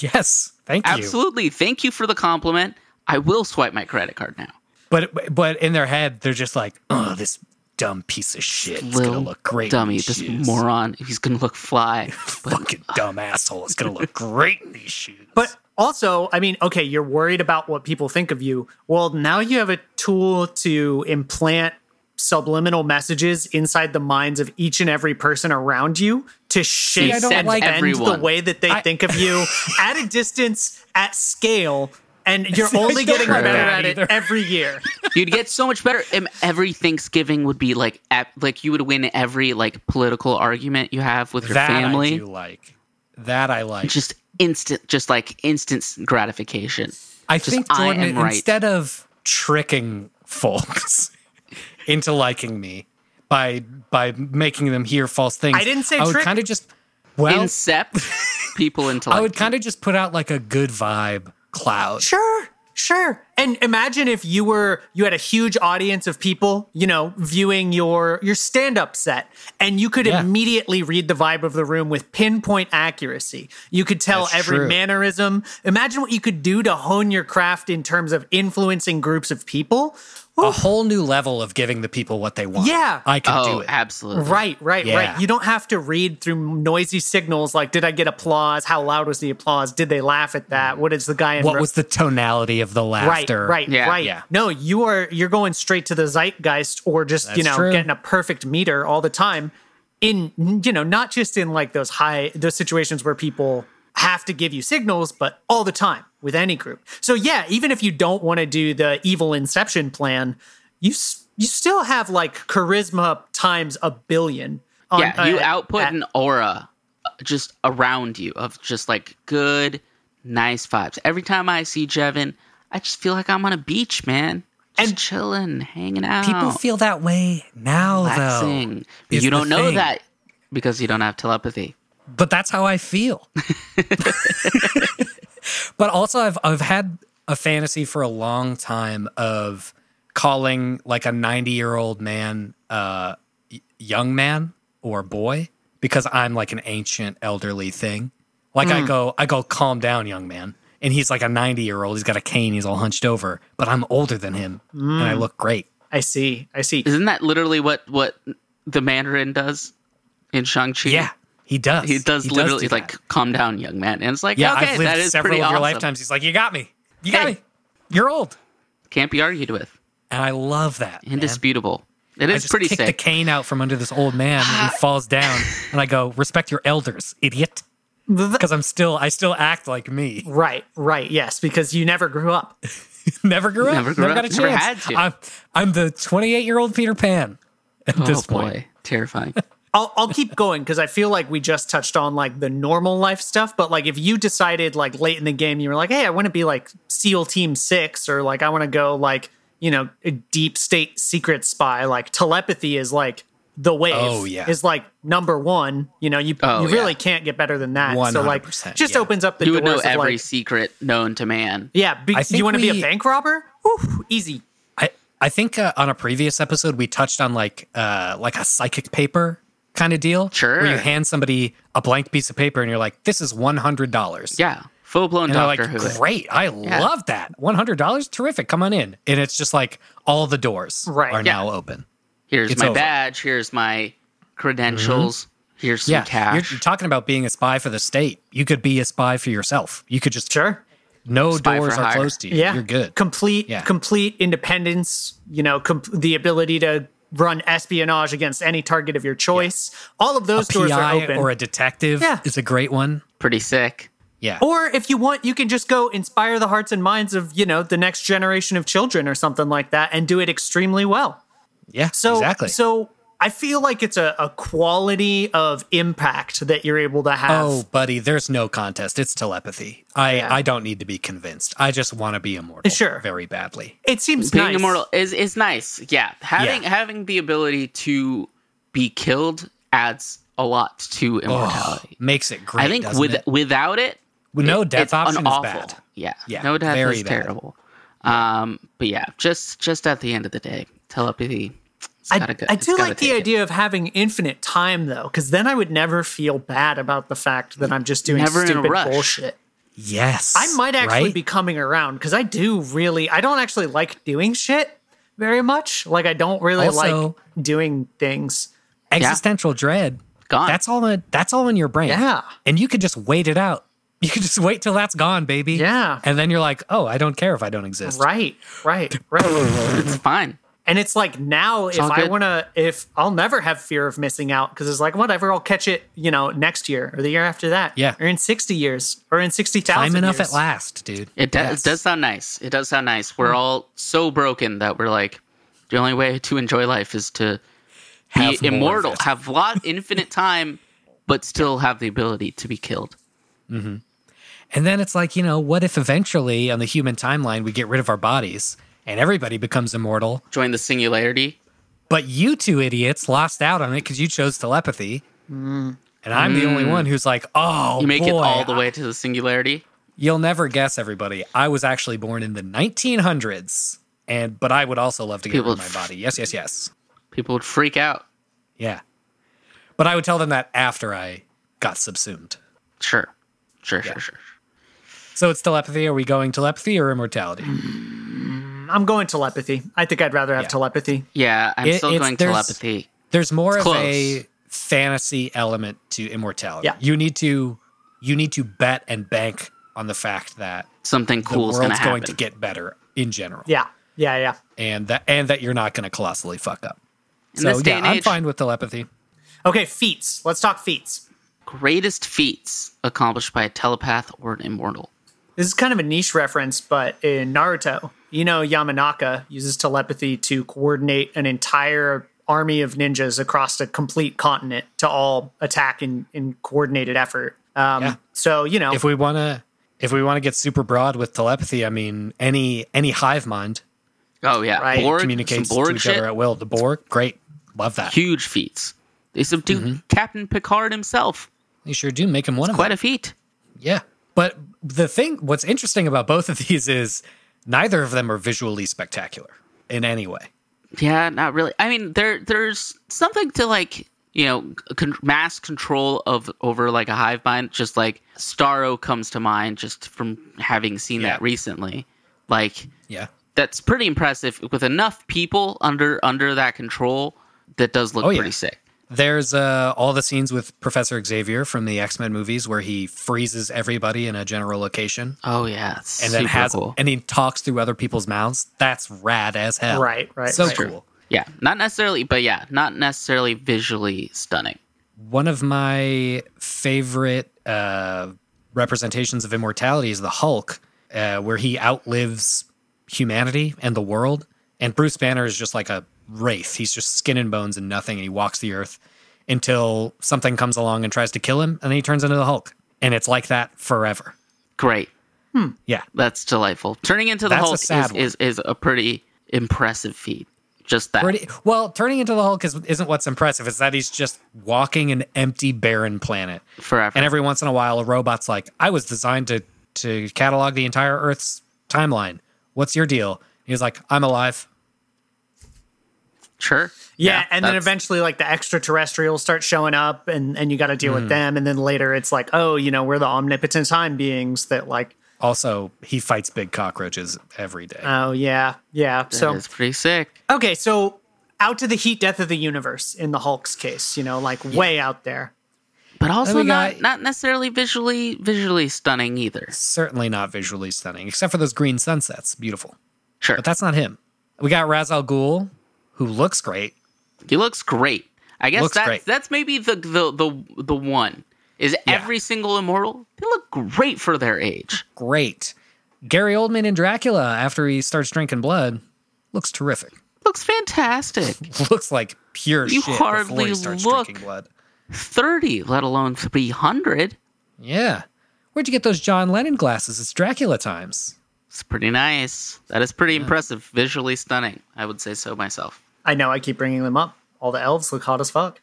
Yes, thank you.
Absolutely, thank you for the compliment. I will swipe my credit card now.
But but in their head, they're just like, oh, this dumb piece of shit. It's gonna
Lil
look great.
dummy,
in
this
these shoes.
moron. He's gonna look fly.
fucking
uh,
dumb asshole. It's gonna look great in these shoes.
But also, I mean, okay, you're worried about what people think of you. Well, now you have a tool to implant subliminal messages inside the minds of each and every person around you to shape
I don't
and
like
bend
everyone.
the way that they
I-
think of you at a distance, at scale, and you're only
don't
getting
like
better
that
at it
either.
every year.
You'd get so much better. And every Thanksgiving would be like, ep- like you would win every like political argument you have with your
That I
family.
do like. That I like.
Just instant, just like instant gratification.
I
just,
think
"I
Jordan,
am right."
instead of tricking folks into liking me by by making them hear false things,
I didn't say
I would
trick.
kind of just well,
Incept people into.
I would kind of just put out like a good vibe cloud.
Sure, sure. And imagine if you were you had a huge audience of people, you know, viewing your your stand-up set and you could
Yeah.
immediately read the vibe of the room with pinpoint accuracy. You could tell
That's
every
true.
mannerism. Imagine what you could do to hone your craft in terms of influencing groups of people.
A whole new level of giving the people what they want.
Yeah.
I can do
Oh,
it.
absolutely.
Right, right,
Yeah.
right. You don't have to read through noisy signals like did I get applause? How loud was the applause? Did they laugh at that? What is the guy in
What
ro-
was the tonality of the laughter?
Right, right,
Yeah.
right.
Yeah.
No, you are you're going straight to the zeitgeist or just, you
That's
know,
true.
getting a perfect meter all the time in you know, not just in like those high those situations where people have to give you signals, but all the time with any group. So yeah, even if you don't want to do the evil inception plan, you s- you still have like charisma times a billion. on-
yeah, you
uh,
output
at-
an aura uh, just around you of just like good, nice vibes. Every time I see Jevin, I just feel like I'm on a beach, man. Just
And-
chilling, hanging out,
People feel that way now, though.
relaxing.
is
You
the
don't know
thing.
that because you don't have telepathy.
but that's how I feel. but also I've I've had a fantasy for a long time of calling like a 90-year-old man uh y- young man or boy because I'm like an ancient elderly thing. Like
Mm.
I go I go calm down young man and he's like a 90-year-old. He's got a cane, he's all hunched over, but I'm older than him and
Mm.
I look great.
I see. I see.
Isn't that literally what what the Mandarin does in Shang Chi?
Yeah, he does.
he does
do
literally
that.
like calm down, young man. And it's like,
Yeah,
okay,
I've lived
that is
several
pretty
of your
awesome.
lifetimes. He's like, "You got me. You got
Hey.
me. You're old."
Can't be argued with.
And I love that. man.
Indisputable. It
I
is
just
pretty
kick
sick. Ah.
the cane out from under this old man and he falls down and I go, "Respect your elders, idiot." Because I'm still, I still act like me.
Right, right. Yes, because you never grew up.
Never grew up.
Never grew
got a
up,
chance.
never had to.
I'm, I'm the 28 year old Peter Pan at this
oh boy,
point.
terrifying.
I'll, I'll keep going because I feel like we just touched on like the normal life stuff. But like, if you decided like late in the game, you were like, "Hey, I want to be like SEAL Team Six, or like I want to go like you know a deep state secret spy." Like telepathy is like the wave.
Oh, yeah.
is like number one. You know, you
Oh,
you really
yeah.
can't get better than that. So like,
100%,
just
yeah.
opens up the
you
doors
would know
of
every
like,
secret known to man.
yeah. Be,
I think
you want to be
we-
a bank robber? Whew, easy.
I, I think uh, on a previous episode we touched on like, uh, like a psychic paper kind of deal.
Sure.
Where you hand somebody a blank piece of paper and you're like, "This is $100."
Yeah, full blown
And they're
Doctor
like,
Who.
great. I love that. $100? Terrific. Come on in. And it's just like all the doors
Right.
are
Yeah.
now open.
Here's
It's
my
over. Mm-hmm.
badge. Here's my credentials. Here's some
yeah. You're,
cash.
you're talking about being a spy for the state. You could be a spy for yourself. You could just,
Sure.
no
Spy for
doors are
hire.
close to you.
Yeah,
You're good.
Complete,
Yeah.
complete independence. You know, com- the ability to run espionage against any target of your choice. All of those doors are
PI
open.
or a detective
Yeah. Oh,
is a great one.
Pretty sick.
Yeah.
Or if you want, you can just go inspire the hearts and minds of you know the next generation of children or something like that, and do it extremely well.
yeah.
So
exactly.
So I feel like it's a, a quality of impact that you're able to have.
oh, buddy, there's no contest. It's telepathy. I, I don't need to be convinced. I just want to be immortal.
Sure.
Very badly.
it seems
Being
nice.
immortal is is nice. Yeah, having
Yeah.
having the ability to be killed adds a lot to immortality.
Makes it great.
I think
doesn't
with
it?
without it,
no death
it's
option
an awful.
is bad.
Yeah.
Yeah,
no death
very
is
bad.
terrible. Um, but yeah, just just at the end of the day, telepathy. it's
I,
gotta go-
I
it's
do
gotta
like the
take it.
idea of having infinite time though, because then I would never feel bad about the fact that I'm just doing
Never in a
stupid
rush.
bullshit.
Yes.
I might actually
right?
be coming around because I do really, I don't actually like doing shit very much. Like I don't really
Also-
like doing things.
existential dread
Gone.
That's all. In, that's all in your brain.
Yeah.
and you could just wait it out. You could just wait till that's gone, baby.
Yeah.
and then you're like, oh, I don't care if I don't exist.
Right, right, right.
It's fine.
And it's like now, if
all
I
good.
want to, if I'll never have fear of missing out because it's like, whatever, I'll catch it, you know, next year or the year after that.
Yeah.
Or in 60 years or in 60,000
Time enough
years.
at last, dude.
It, do-
Yes. Mm.
it does sound nice. It does sound nice. We're all so broken that we're like, the only way to enjoy life is to be
Have more of
immortal,
it.
have lot infinite time, but still have the ability to be killed.
And then it's like, you know, what if eventually on the human timeline we get rid of our bodies and everybody becomes immortal?
Join the singularity.
But you two idiots lost out on it because you chose telepathy. And I'm the only one who's like, oh,
Mm. You make it
boy,
all the way to the singularity.
You'll never guess, everybody. I was actually born in the 1900s, and but I would also love to get
People-
rid of my body. Yes, yes, yes.
People would freak out.
Yeah, but I would tell them that after I got subsumed.
Sure. Sure, sure, sure.
So it's telepathy. Are we going telepathy or immortality?
I'm going telepathy. I think I'd rather have
Yeah.
telepathy.
Yeah, I'm
It-
still
it's-
going
there's-
telepathy.
There's more of
It's
a
close.
fantasy element to immortality.
Yeah.
You need to you need to bet and bank on the fact that
Something
the
cool is going to
world's
happen.
going to get better in general.
Yeah. Yeah. Yeah.
And that and that you're not going to colossally fuck up.
In
so
this day
yeah,
and
I'm
age-
fine with telepathy.
Okay. Feats. Let's talk feats.
Greatest feats accomplished by a telepath or an immortal.
This is kind of a niche reference, but in Naruto, you know, Yamanaka uses telepathy to coordinate an entire army of ninjas across a complete continent to all attack in, in coordinated effort. Um,
Yeah.
So, you know,
If we want to if we want to get super broad with telepathy, I mean any any hive mind
Oh, yeah.
Right.
Borg,
communicates
some
to
Borg
each
shit.
other at will. The Borg, great. Love that.
huge feats. They subdue Captain Picard himself.
You sure do make him one of them.
Quite a feat.
Yeah. But the thing, what's interesting about both of these is neither of them are visually spectacular in any way.
Yeah, not really. I mean, there there's something to like, you know, con- mass control of over like a hive mind. Just like Starro comes to mind, just from having seen
Yeah.
that recently. Like
Yeah.
that's pretty impressive with enough people under under that control. That does look
Oh, yeah.
pretty sick.
There's uh, all the scenes with Professor Xavier from the X Men movies where he freezes everybody in a general location
Oh yeah, it's
and then
super
has
cool.
and he talks through other people's mouths. That's rad as hell.
Right, right,
So
right.
cool.
yeah, not necessarily, but yeah, not necessarily visually stunning.
One of my favorite uh, representations of immortality is the Hulk, uh, where he outlives humanity and the world. And Bruce Banner is just like a wraith. He's just skin and bones and nothing. And he walks the earth until something comes along and tries to kill him. And then he turns into the Hulk. And it's like that forever.
Great.
Yeah.
That's delightful. Turning into the
That's a
Hulk is,
sad one.
is is a pretty impressive feat. Just that.
Pretty, well, turning into the Hulk is, isn't what's impressive. It's that he's just walking an empty, barren planet.
forever.
And every once in a while, a robot's like, "I was designed to to catalog the entire Earth's timeline. What's your deal?" He's like, "I'm alive."
sure.
yeah, and then
that's-
eventually, like the extraterrestrials start showing up, and and you got to deal
Hmm.
with them. And then later, it's like, oh, you know, we're the omnipotent time beings that, like,
Also, he fights big cockroaches every day.
Uh.
oh yeah, yeah. so
It's pretty sick.
Okay, so out to the heat death of the universe in the Hulk's case, you know, like way out there.
But also
we
not
got-
not necessarily visually visually stunning either.
Certainly not visually stunning, except for those green sunsets. Beautiful,
Sure.
but that's not him. We got Raz Al Ghul, who looks great.
he looks great. I guess
Looks
that's
great.
that's maybe the the the the one. Is every single immortal they look great for their age.
Great. Gary Oldman in Dracula, after he starts drinking blood, looks terrific.
Looks fantastic.
looks like pure
You
shit before
hardly
he starts
look-
drinking blood.
30, let alone 300.
Yeah. Where'd you get those John Lennon glasses? It's Dracula times.
It's pretty nice. That is pretty impressive. Visually stunning. I would say so myself.
I know I keep bringing them up. All the elves look hot as fuck.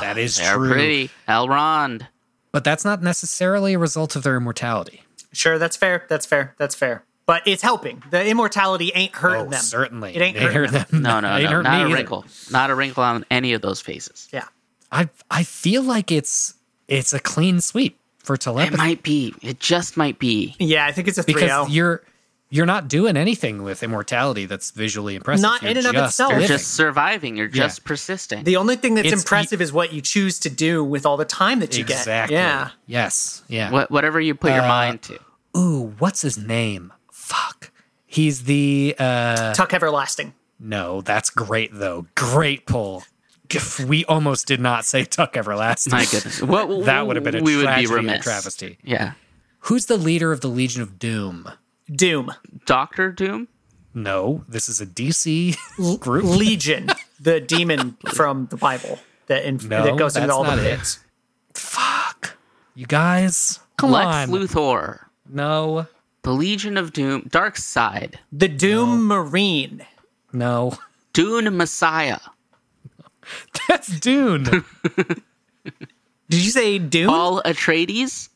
That is
They're pretty. Elrond.
But that's not necessarily a result of their immortality.
Sure, that's fair. That's fair. That's fair. But it's helping. The immortality ain't hurting
Oh,
them.
certainly.
It ain't
They
hurting
hurt them.
No, no,
They
no.
hurt me
Not a
either.
wrinkle. Not a wrinkle on any of those faces.
Yeah.
I I feel like it's it's a clean sweep for telepathy
It might be. It just might be.
Yeah, I think it's a oh. 3
because
0.
you're you're not doing anything with immortality that's visually impressive.
Not
You're
in and of
just
itself.
living.
Just surviving. You're just
Yeah.
persisting.
The only thing that's
It's-
impressive is what you choose to do with all the time that you
exactly.
get. Yeah.
Yes. Yeah.
What, whatever you put your mind to.
Ooh, what's his name? Fuck. He's the uh
Tuck Everlasting.
No, that's great though. Great pull. Gif, We almost did not say Tuck Everlasting.
My goodness, what,
That would have been a
we would
tragedy
be
and
remiss.
travesty.
Yeah,
Who's the leader of the Legion of Doom?
Doom.
Doctor Doom.
No, this is a DC group.
Legion, the demon from the Bible that inf-
No,
that goes into
that's
all the
not it.
pits.
Fuck. You guys, come
Lex
on.
Luthor,
no,
the Legion of Doom, Dark Side,
The Doom Marine.
no.
Dune Messiah,
That's Dune.
Did you say Doom?
Paul Atreides,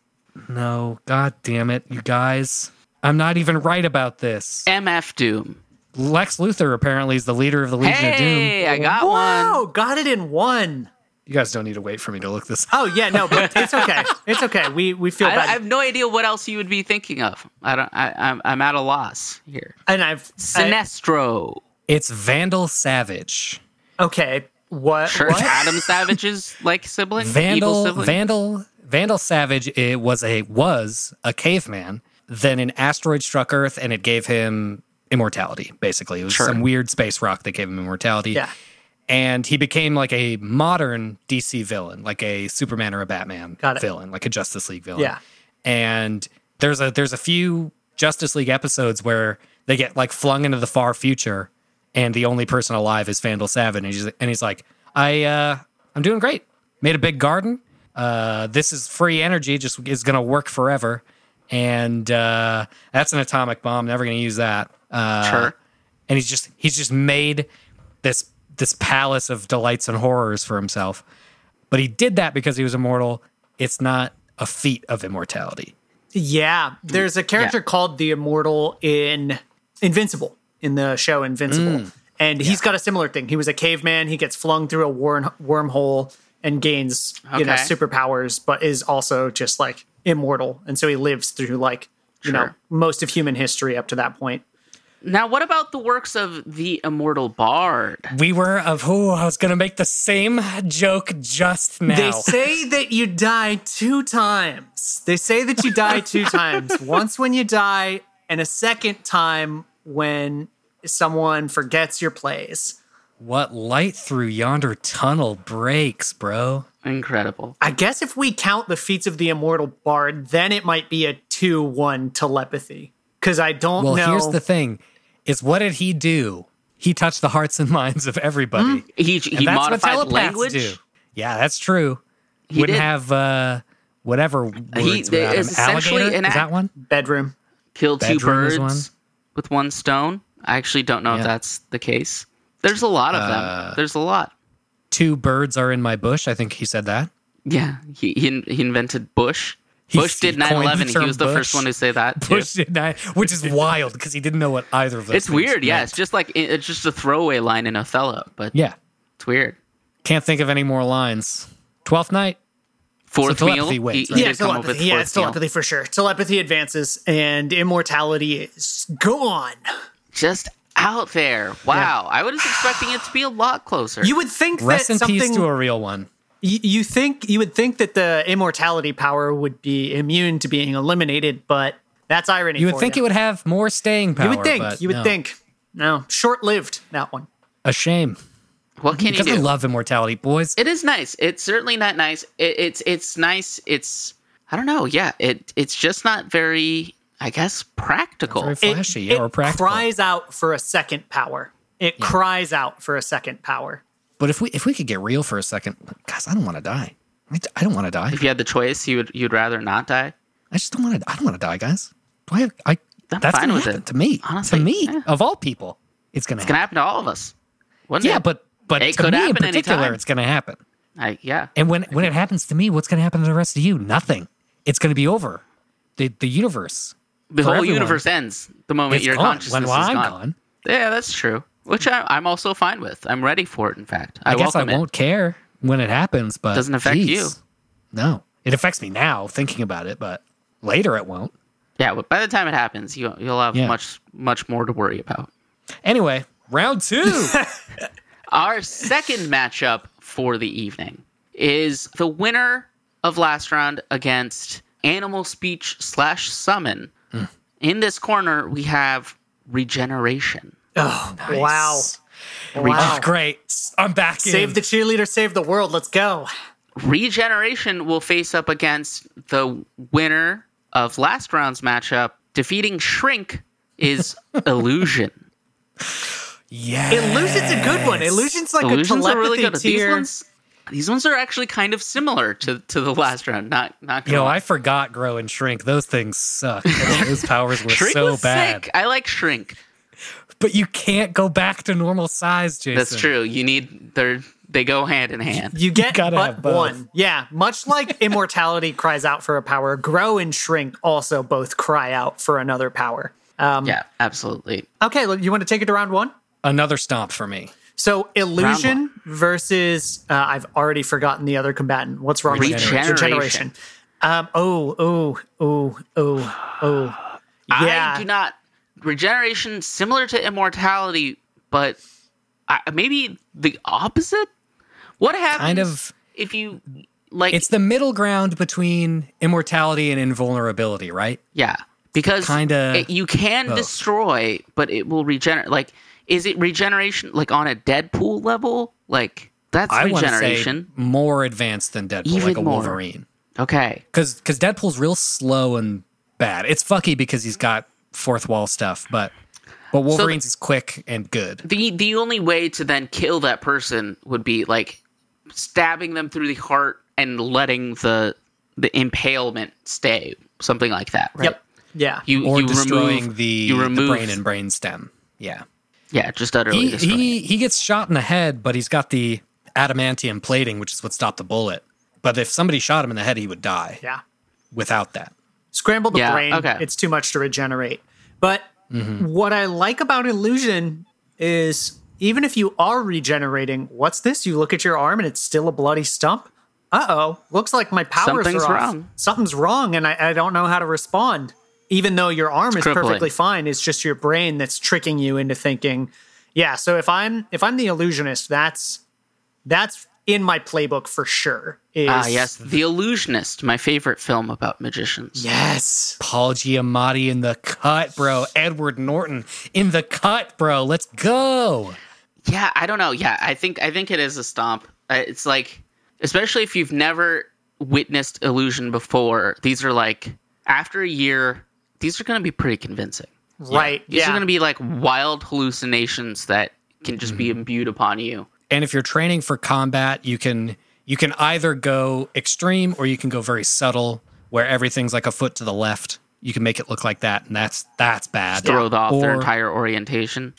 no, god damn it, you guys. I'm not even right about this.
MF Doom.
Lex Luthor apparently is the leader of the Legion of Doom.
Hey, I got one.
wow, got it in one.
You guys don't need to wait for me to look this up.
Oh yeah, no, but it's okay. It's okay. We we feel
I, I
bad,
have no idea what else you would be thinking of. I don't. I, I'm I'm at a loss here.
Uh,
and I've I,
Sinestro.
It's Vandal Savage.
okay. What?
Sure,
what?
Adam Savage's like sibling, evil
Vandal
sibling.
Vandal Vandal Savage it was a was a caveman. Then an asteroid struck Earth and it gave him immortality, basically. It was
Sure.
some weird space rock that gave him immortality.
Yeah.
And he became like a modern DC villain, like a Superman or a Batman
Got it.
villain, like a Justice League villain.
Yeah.
And there's a there's a few Justice League episodes where they get like flung into the far future and the only person alive is Vandal Savage and he's, and he's like, "I uh I'm doing great. Made a big garden. Uh this is free energy just is going to work forever." And uh that's an atomic bomb. Never going to use that. Uh
Sure.
and he's just he's just made this this palace of delights and horrors for himself. But he did that because he was immortal. It's not a feat of immortality.
Yeah, there's a character
Yeah.
called the Immortal in Invincible in the show Invincible,
Mm.
and he's got a similar thing. He was a caveman. He gets flung through a worm- wormhole and gains you know
Okay.
superpowers, but is also just like immortal, and so he lives through like you know
Sure.
most of human history up to that point.
Now, what about the works of the immortal bard?
We were of who I was going to make the same joke just now.
They say that you die two times. They say that you die two times. Once when you die, and a second time when someone forgets your place.
what light through yonder tunnel breaks, bro?
Incredible.
I guess if we count the feats of the immortal bard, then it might be a 2 1 telepathy. Because I don't
Well,
know.
here's the thing: is what did he do? He touched the hearts and minds of everybody.
He Hmm? he
And that's what
modified
telepaths
language.
do. Yeah, that's true. Wouldn't
did.
have uh, whatever words
He-
without
there
him.
is essentially
Alligator?
an
is that
act-
one?
bedroom.
Kill two
Bedroom is
birds
one.
with one stone. I actually don't know if
Yeah. Uh,
that's the case. There's a lot of them. There's a lot.
Two birds are in my bush. I think he said that.
Yeah, he he, in- he invented Bush.
He-
Bush did
he coined the
9/11. He
term
was the first
Bush.
one to say that. too.
Bush did not, which is wild because he didn't know what either of those.
It's
things
weird. Yeah,
meant.
it's just like it's just a throwaway line in Othello, but
Yeah.
it's weird.
Can't think of any more lines. Twelfth night.
Fourth meal.
telepathy
he-
wins,
he
right?
did
Yeah,
come up with
telepathy. Yeah,
fourth
it's
meal.
telepathy for sure. Telepathy advances and immortality is gone.
Just out there. Wow, I was expecting it to be a lot closer.
You would think
Rest
that
in
something.
peace to a real one.
y- you think you would think that the immortality power would be immune to being eliminated, but that's irony.
You would think it would have more staying power.
You would think.
but
You would
no.
think. No, short lived that one.
A shame
what can you
because I
do?
love immortality, boys.
it is nice. It's certainly not nice. It, it's it's nice. It's I don't know. Yeah, it it's just not very. I guess practical.
Very flashy Oh, or practical.
cries out for a second power. It cries out for a second power.
But if we if we could get real for a second, guys, I don't want to die. I, I don't want to die.
if you had the choice, you would you'd rather not die.
I just don't want to. I don't want to die, guys. Do I? Have, I
I'm
that's
fine
gonna
with
happen
it.
to me.
Honestly,
to me,
yeah.
of all people, it's gonna
It can
happen.
happen to all of us. Wouldn't
yeah,
it?
but but
It
to
could
me in
happen
particular,
anytime.
it's gonna happen.
I, yeah.
And when when it happens to me, what's gonna happen to the rest of you? Nothing. It's gonna be over. The the universe.
The
for
whole
everyone,
universe ends the moment
it's
your
gone.
consciousness
when,
is
when I'm
gone.
gone.
Yeah, that's true. Which I, I'm also fine with. I'm ready for it. In fact, I,
I, guess I
welcome it.
won't care when it happens. But
Doesn't affect
geez.
you.
No, it affects me now thinking about it, but later it won't.
Yeah, but by the time it happens, you you'll have
Yeah.
much much more to worry about.
Anyway, round two.
Our second matchup for the evening is the winner of last round against Animal Speech slash Summon.
Hmm.
In this corner, we have Regeneration.
Oh, wow.
Oh, great. I'm back
Save
in.
the cheerleader, save the world. Let's go.
Regeneration will face up against the winner of last round's matchup. Defeating Shrink is Illusion.
yeah.
Illusion's a good one. Illusion's like a
Illusions are
telepathy
really good. These
tier.
ones, these ones are actually kind of similar to, to the last round. Not not.
Yo,
gonna-
I forgot grow and shrink. Those things suck. Those powers were
Shrink
so
was
bad.
sick. I like Shrink.
But you can't go back to normal size, Jason.
That's true. You need they they go hand in hand.
You get
gotta
but
have both.
one. Yeah, much like immortality cries out for a power, grow and shrink also both cry out for another power. Um,
Yeah, absolutely.
Okay, look, you want to take it to round one?
Another stomp for me.
So illusion versus uh, I've already forgotten the other combatant. What's wrong? with
Regeneration.
Regeneration. Regeneration. Um, oh, oh, oh, oh, oh. Yeah.
I do not regeneration similar to immortality, but I, maybe the opposite. What happens
Kind of.
if you like?
It's the middle ground between immortality and invulnerability, right?
yeah, because
Kinda
it- you can
both.
destroy, but it will regenerate. Like, is it regeneration like on a Deadpool level? Like that's
I want to say
regeneration.
more advanced than Deadpool,
Even
like a
more.
Wolverine.
Okay,
Because because Deadpool's real slow and bad. It's fucky because he's got fourth wall stuff, but but Wolverine's is quick and good.
the the only way to then kill that person would be like stabbing them through the heart and letting the the impalement stay something like that right
Yep. Yeah.
you
Or
you
destroying
remove,
the,
you remove
the brain and brain stem. Yeah.
yeah just utterly
He,
destroy
he he gets shot in the head, but he's got the adamantium plating, which is what stopped the bullet. But if somebody shot him in the head, he would die
yeah.
without that.
Scramble the
Yeah,
brain.
okay. Mm-hmm.
It's too much to regenerate. But what I like about illusion is even if you are regenerating, what's this? You look at your arm and it's still a bloody stump. Uh oh, looks like my powers
Something's
are off.
wrong.
Something's wrong, and I, I don't know how to respond. Even though your arm is
crippling.
perfectly fine, it's just your brain that's tricking you into thinking. Yeah, so if I'm if I'm the illusionist, that's that's in my playbook for sure. Is,
ah yes the illusionist my favorite film about magicians
yes,
Paul Giamatti in the cut, bro. Edward Norton in the cut, bro. Let's go.
yeah i don't know yeah i think i think it is a stomp Uh, it's like especially if you've never witnessed illusion before these are like after a year these are going to be pretty convincing
right.
These
yeah.
are going to be like wild hallucinations that can just
Mm-hmm.
be imbued upon you.
And if you're training for combat, you can you can either go extreme or you can go very subtle, where everything's like a foot to the left. You can make it look like that, and that's that's bad.
Throw off their
Or-
entire orientation.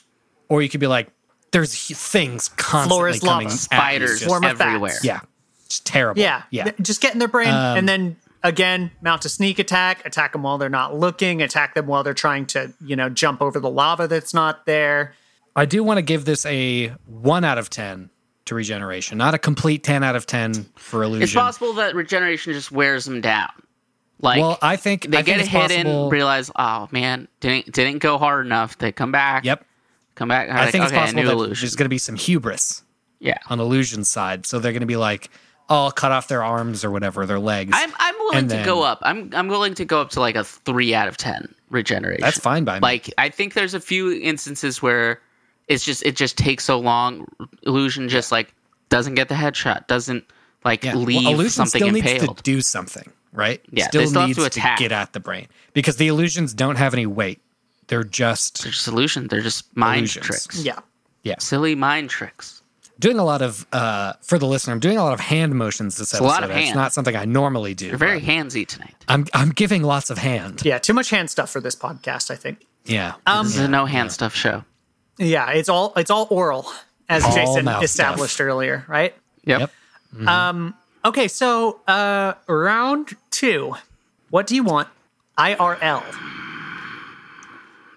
or you could be like, "There's hu- things constantly
Flora's lava,
coming, at me,
Spiders
just-
Swarm of
everywhere.
bats.
yeah, it's terrible.
Yeah,
yeah. Um,
th- Just get in their brain, and then again, mount a sneak attack. Attack them while they're not looking. Attack them while they're trying to, you know, jump over the lava that's not there.
I do want to give this a one out of ten to regeneration, not a complete ten out of ten for illusion.
It's possible that regeneration just wears them down. Like
Well, I think
they
I think
get a
it's
hit
possible-
and realize, oh man, didn't didn't go hard enough. They come back.
Yep,
Come back. and
I
like,
think it's
okay,
possible
new
that
illusion.
there's going to be some hubris
yeah.
on illusion side, so they're going to be like, "Oh, I'll cut off their arms or whatever, their legs."
I'm I'm willing
And
to
then-
go up. I'm I'm willing to go up to like a three out of ten regeneration.
That's fine by me.
Like I think there's a few instances where it's just it just takes so long. Illusion just like doesn't get the headshot. Doesn't like
Yeah.
leave
well, illusion
something
still
impaled.
needs to do something, right?
Yeah, they
still,
still have
needs
to attack.
get at the brain because the illusions don't have any weight; they're just
They're just illusion. They're just mind
Illusions.
tricks.
Yeah,
silly mind tricks.
doing a lot of uh for the listener. I'm doing a lot of hand motions this
a
episode.
lot of
It's
hand.
not something I normally do.
They're very handsy tonight.
I'm I'm giving lots of hand.
yeah. Too much hand stuff for this podcast, I think.
Yeah.
Um,
This is a no hand stuff show.
yeah, it's all it's all oral, as
All
Jason
mouth
established
stuff.
earlier, right?
Yep.
Yep.
Okay, so uh round two. What do you want? IRL.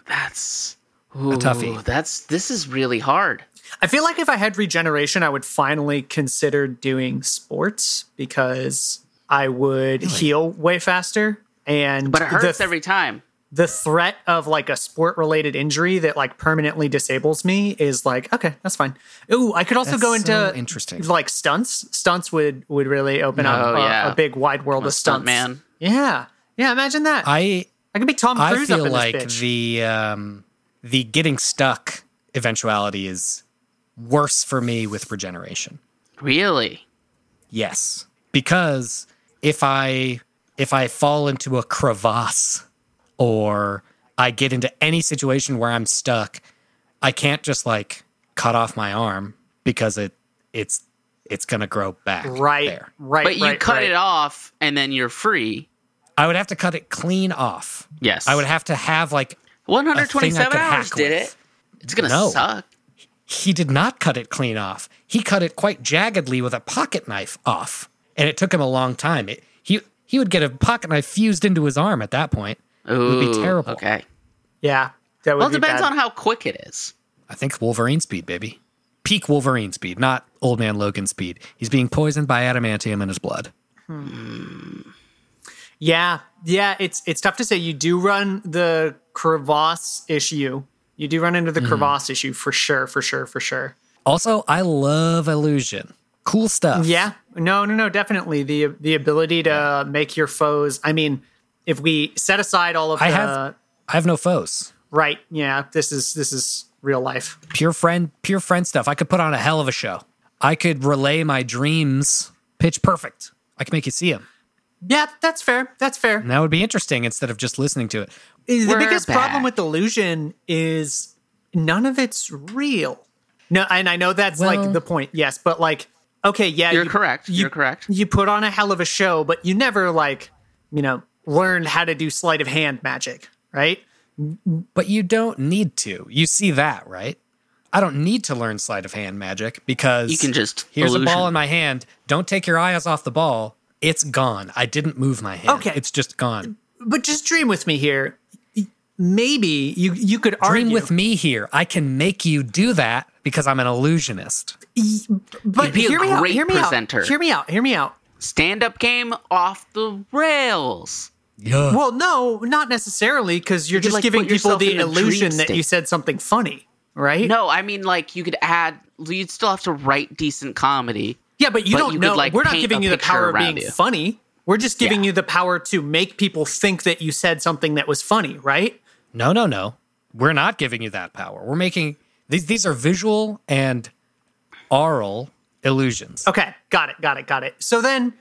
That's ooh,
toughie.
That's this is really hard.
I feel like if I had regeneration, I would finally consider doing sports because I would heal way faster. And
But it hurts
the,
every time.
the threat of like a sport related injury that like permanently disables me is like okay, that's fine. Ooh, I could also
That's
go
so
into
interesting.
like stunts. Stunts would would really open up
Oh,
a,
yeah.
a big wide world of
stunt
stunts.
man.
Yeah, yeah. Imagine that. I,
I
could be Tom
I
Cruise up
feel
in
like
this bitch.
the um the getting stuck eventuality is worse for me with regeneration.
Really?
Yes. Because if I if I fall into a crevasse or I get into any situation where I'm stuck, I can't just like cut off my arm because it it's it's gonna grow back
Right,
there.
right.
But you
right,
cut
right.
it off and then you're free.
I would have to cut it clean off.
Yes.
I would have to have like
127
could
hours
hack
did
with.
it. It's going to
No.
suck.
he did not cut it clean off. He cut it quite jaggedly with a pocket knife off, and it took him a long time. It, he he would get a pocket knife fused into his arm at that point.
Ooh,
it would be terrible.
Okay.
Yeah, that would
Well, it
be
depends
bad.
on how quick it is.
I think Wolverine speed, baby, peak Wolverine speed, not old man Logan speed. He's being poisoned by adamantium in his blood.
Yeah, yeah, it's it's tough to say. You do run the crevasse issue. You do run
Mm-hmm.
into the crevasse issue for sure, for sure, for sure.
Also, I love illusion. Cool stuff.
Yeah, no, no, no, definitely the the ability to make your foes. I mean, if we set aside all of
I
the
have I have no foes.
right, yeah, this is this is real life.
Pure friend, pure friend stuff. I could put on a hell of a show. I could relay my dreams pitch perfect. I could make you see them.
Yeah, that's fair. That's fair.
And that would be interesting instead of just listening to it.
the
We're
biggest problem
back.
with illusion is none of it's real. No, and I know that's
Well-
like the point. Yes, but like, okay, yeah,
You're
you-
correct.
you-
You're correct.
You put on a hell of a show, but you never like, you know, learned how to do sleight of hand magic, right?
But you don't need to. You see that, right? I don't need to learn sleight of hand magic because
You can just
here's a ball
illusion.
in my hand. Don't take your eyes off the ball. It's gone. I didn't move my hand.
Okay.
it's just gone.
But just dream with me here. Maybe you you could
Dream
argue
with me here. I can make you do that because I'm an illusionist.
but
You'd be a
hear me out.
great
Hear me
presenter.
out. Hear me out. Hear me out.
Stand up game off the rails.
Yeah.
Well, no, not necessarily, because you're
could,
just
like,
giving
put
people
yourself
the
in a dream
illusion that
state.
you said something funny, right?
No, I mean, like, you could add, you'd still have to write decent comedy.
Yeah, but you
But
don't
you could,
know.
like,
We're not
paint
giving
a
you the
picture
power of
around
being
you.
funny. We're just giving
Yeah.
you the power to make people think that you said something that was funny, right?
No, no, no. We're not giving you that power. We're making these. These are visual and aural illusions.
Okay, got it, got it, got it. So then,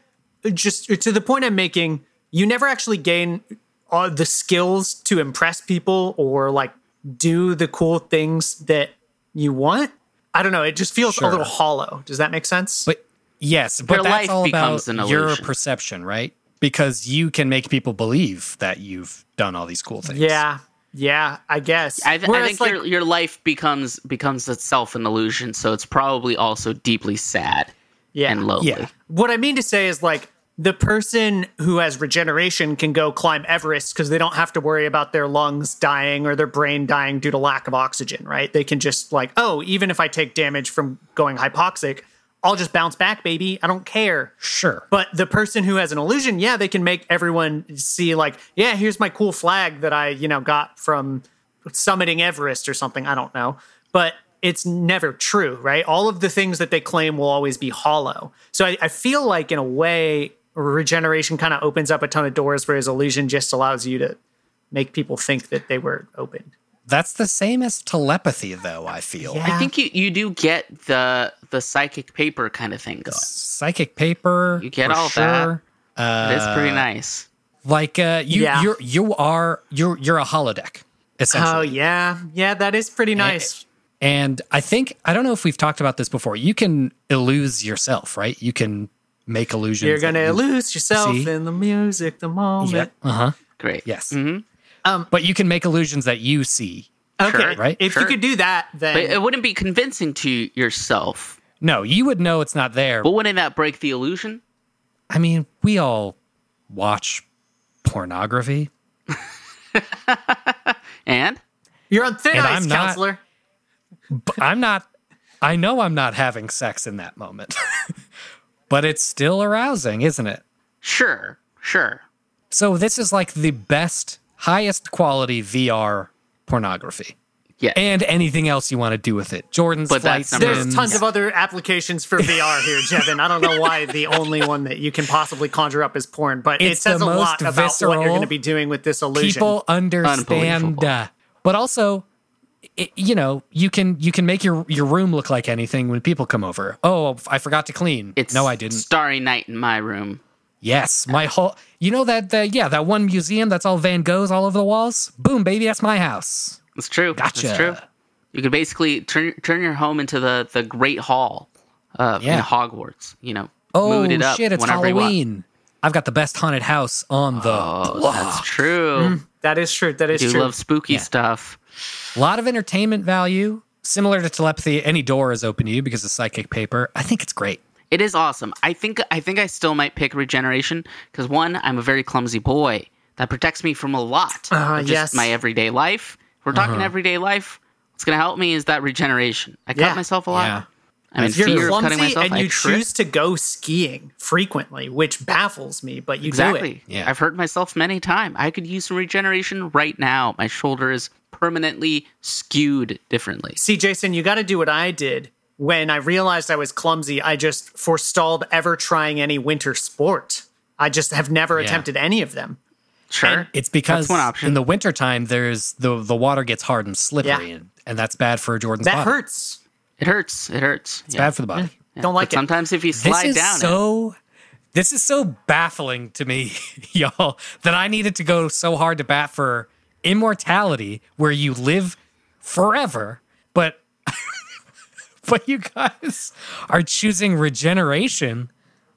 just to the point I'm making, you never actually gain all the skills to impress people or like do the cool things that you want. I don't know. It just feels
Sure.
a little hollow. Does that make sense?
But yes, but
Your
that's
life
all about
becomes an
your
illusion.
perception, right? Because you can make people believe that you've done all these cool things.
yeah, yeah, I guess.
I, th- I
Whereas,
think
like-
your, your life becomes becomes itself an illusion, so it's probably also deeply sad
yeah.
and lonely.
Yeah.
what I mean to say is like the person who has regeneration can go climb Everest because they don't have to worry about their lungs dying or their brain dying due to lack of oxygen, right? They can just like, oh, even if I take damage from going hypoxic, I'll just bounce back, baby. I don't care.
Sure.
But the person who has an illusion, yeah, they can make everyone see like, yeah, here's my cool flag that I, you know, got from summiting Everest or something. I don't know. But it's never true, right? All of the things that they claim will always be hollow. So I, I feel like in a way, regeneration kind of opens up a ton of doors, whereas illusion just allows you to make people think that they were open.
That's the same as telepathy, though, I feel.
Yeah.
I think you, you do get the the psychic paper kind of thing going.
Psychic paper.
You get
for
all that.
sure.
That's
Uh,
pretty nice.
Like uh, you,
Yeah.
you're you are you're you're a holodeck essentially.
Oh yeah, yeah, that is pretty
Oh,
nice.
And I think I don't know if we've talked about this before. You can illuse yourself, right? You can make illusions.
You're gonna
illusion.
lose yourself
See?
in the music, the moment.
Yeah. Uh huh.
Great.
Yes.
Mhm.
But you can make illusions that you see.
Okay,
Sure,
right?
If
Sure.
you could do that, then
But it wouldn't be convincing to yourself.
No, you would know it's not there.
But wouldn't that break the illusion?
I mean, we all watch pornography.
And
you're on thin
And
ice,
I'm not-
counselor.
But I'm not I know I'm not having sex in that moment. but it's still arousing, isn't it?
sure, sure.
So this is like the best, highest quality VR pornography.
Yeah.
And anything else you want to do with it. Jordan's
But
flight
that's not-
sims.
There's tons of other applications for VR here, Jevin. I don't know why the only one that you can possibly conjure up is porn, but
It's
it says
the
a lot
most
about what you're
visceral
going to be doing with this illusion.
people understand.
Unbelievable.
uh, but also it, you know, you can you can make your your room look like anything when people come over. Oh, I forgot to clean.
It's
no, I didn't.
Starry Night in my room.
Yes, my whole. You know that that yeah that one museum that's all Van Goghs all over the walls. Boom, baby, that's my house.
That's true.
Gotcha.
That's true. You could basically turn turn your home into the the Great Hall of
Yeah.
in Hogwarts. You know,
Oh
mood it up
shit, it's
whenever you want.
Halloween. I've got the best haunted house on the
Oh,
block.
that's true.
That is true. That is
You
true.
love spooky
Mm, Yeah.
stuff.
A lot of entertainment value, similar to telepathy. Any door is open to you because of psychic paper. I think it's great.
It is awesome. I think I think I still might pick regeneration because one, I'm a very clumsy boy that protects me from a lot.
Ah,
of just
yes. Uh-huh.
my everyday life. If we're talking everyday life. What's gonna help me is that regeneration. I
Yeah.
cut myself a lot.
Yeah.
I'm in
If you're
fear of cutting
clumsy
myself.
and
I
you
trip.
choose to go skiing frequently, which baffles me, but you do
Exactly.
it.
Yeah.
I've hurt myself many times. I could use some regeneration right now. My shoulder is permanently skewed differently.
See, Jason, you got to do what I did. When I realized I was clumsy, I just forestalled ever trying any winter sport. I just have never attempted any of them.
Sure.
It's because
That's one option.
in the wintertime, there's the the water gets hard and slippery,
Yeah.
and, and that's bad for Jordan's
That
body.
hurts.
it hurts. It hurts.
It's
Yeah.
bad for the body.
Yeah.
Don't like
But
it.
Sometimes if you
This
slide
is
down, it-
so. This is so baffling to me, y'all, that I needed to go so hard to bat for immortality, where you live forever, but but you guys are choosing regeneration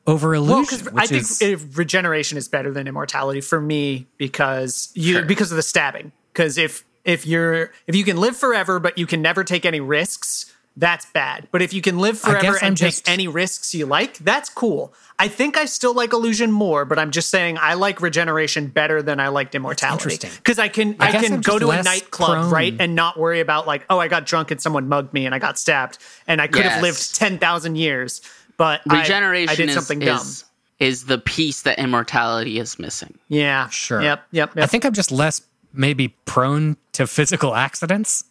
over illusion,
'Cause
which
I think
is
if regeneration is better than immortality for me because you because of the stabbing. Because if if you're if you can live forever but you can never take any risks, that's bad. But if you can live forever
guess I'm
and take
just-
any risks you like, that's cool. I think I still like illusion more, but I'm just saying I like regeneration better than I liked immortality.
interesting.
Because I can
I
I,
guess
can
I'm
go
just
to a
less
nightclub
prone-
right and not worry about like oh I got drunk and someone mugged me and I got stabbed and I could have
Yes.
lived ten thousand years. But I-
regeneration
I, did
is,
something dumb.
is, is the piece that immortality is missing.
Yeah.
Sure.
Yep. Yep.
I
yep.
think I'm just less maybe prone to physical accidents.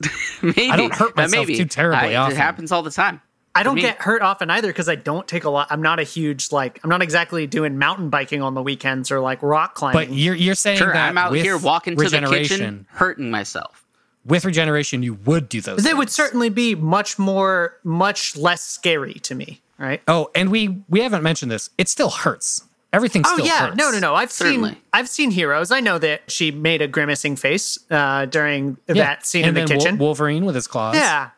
Maybe.
I don't hurt
but
myself
maybe.
too terribly
I-
often.
It happens all the time.
I don't
me.
get hurt often either because I don't take a lot. I'm not a huge like. I'm not exactly doing mountain biking on the weekends or like rock climbing.
But you're you're saying
Sure,
that
I'm out
with
here walking to the
regeneration-
kitchen, hurting myself.
With regeneration, you would do those.
they would
things.
certainly be much more, much less scary to me. Right.
Oh, and we we haven't mentioned this. It still hurts. Everything
Oh
still
yeah,
hurts.
no, no, no. I've seen,
Certainly.
I've seen heroes. I know that she made a grimacing face uh, during
Yeah.
that scene
and
in the
then Wol-
kitchen.
Wolverine with his claws.
Yeah.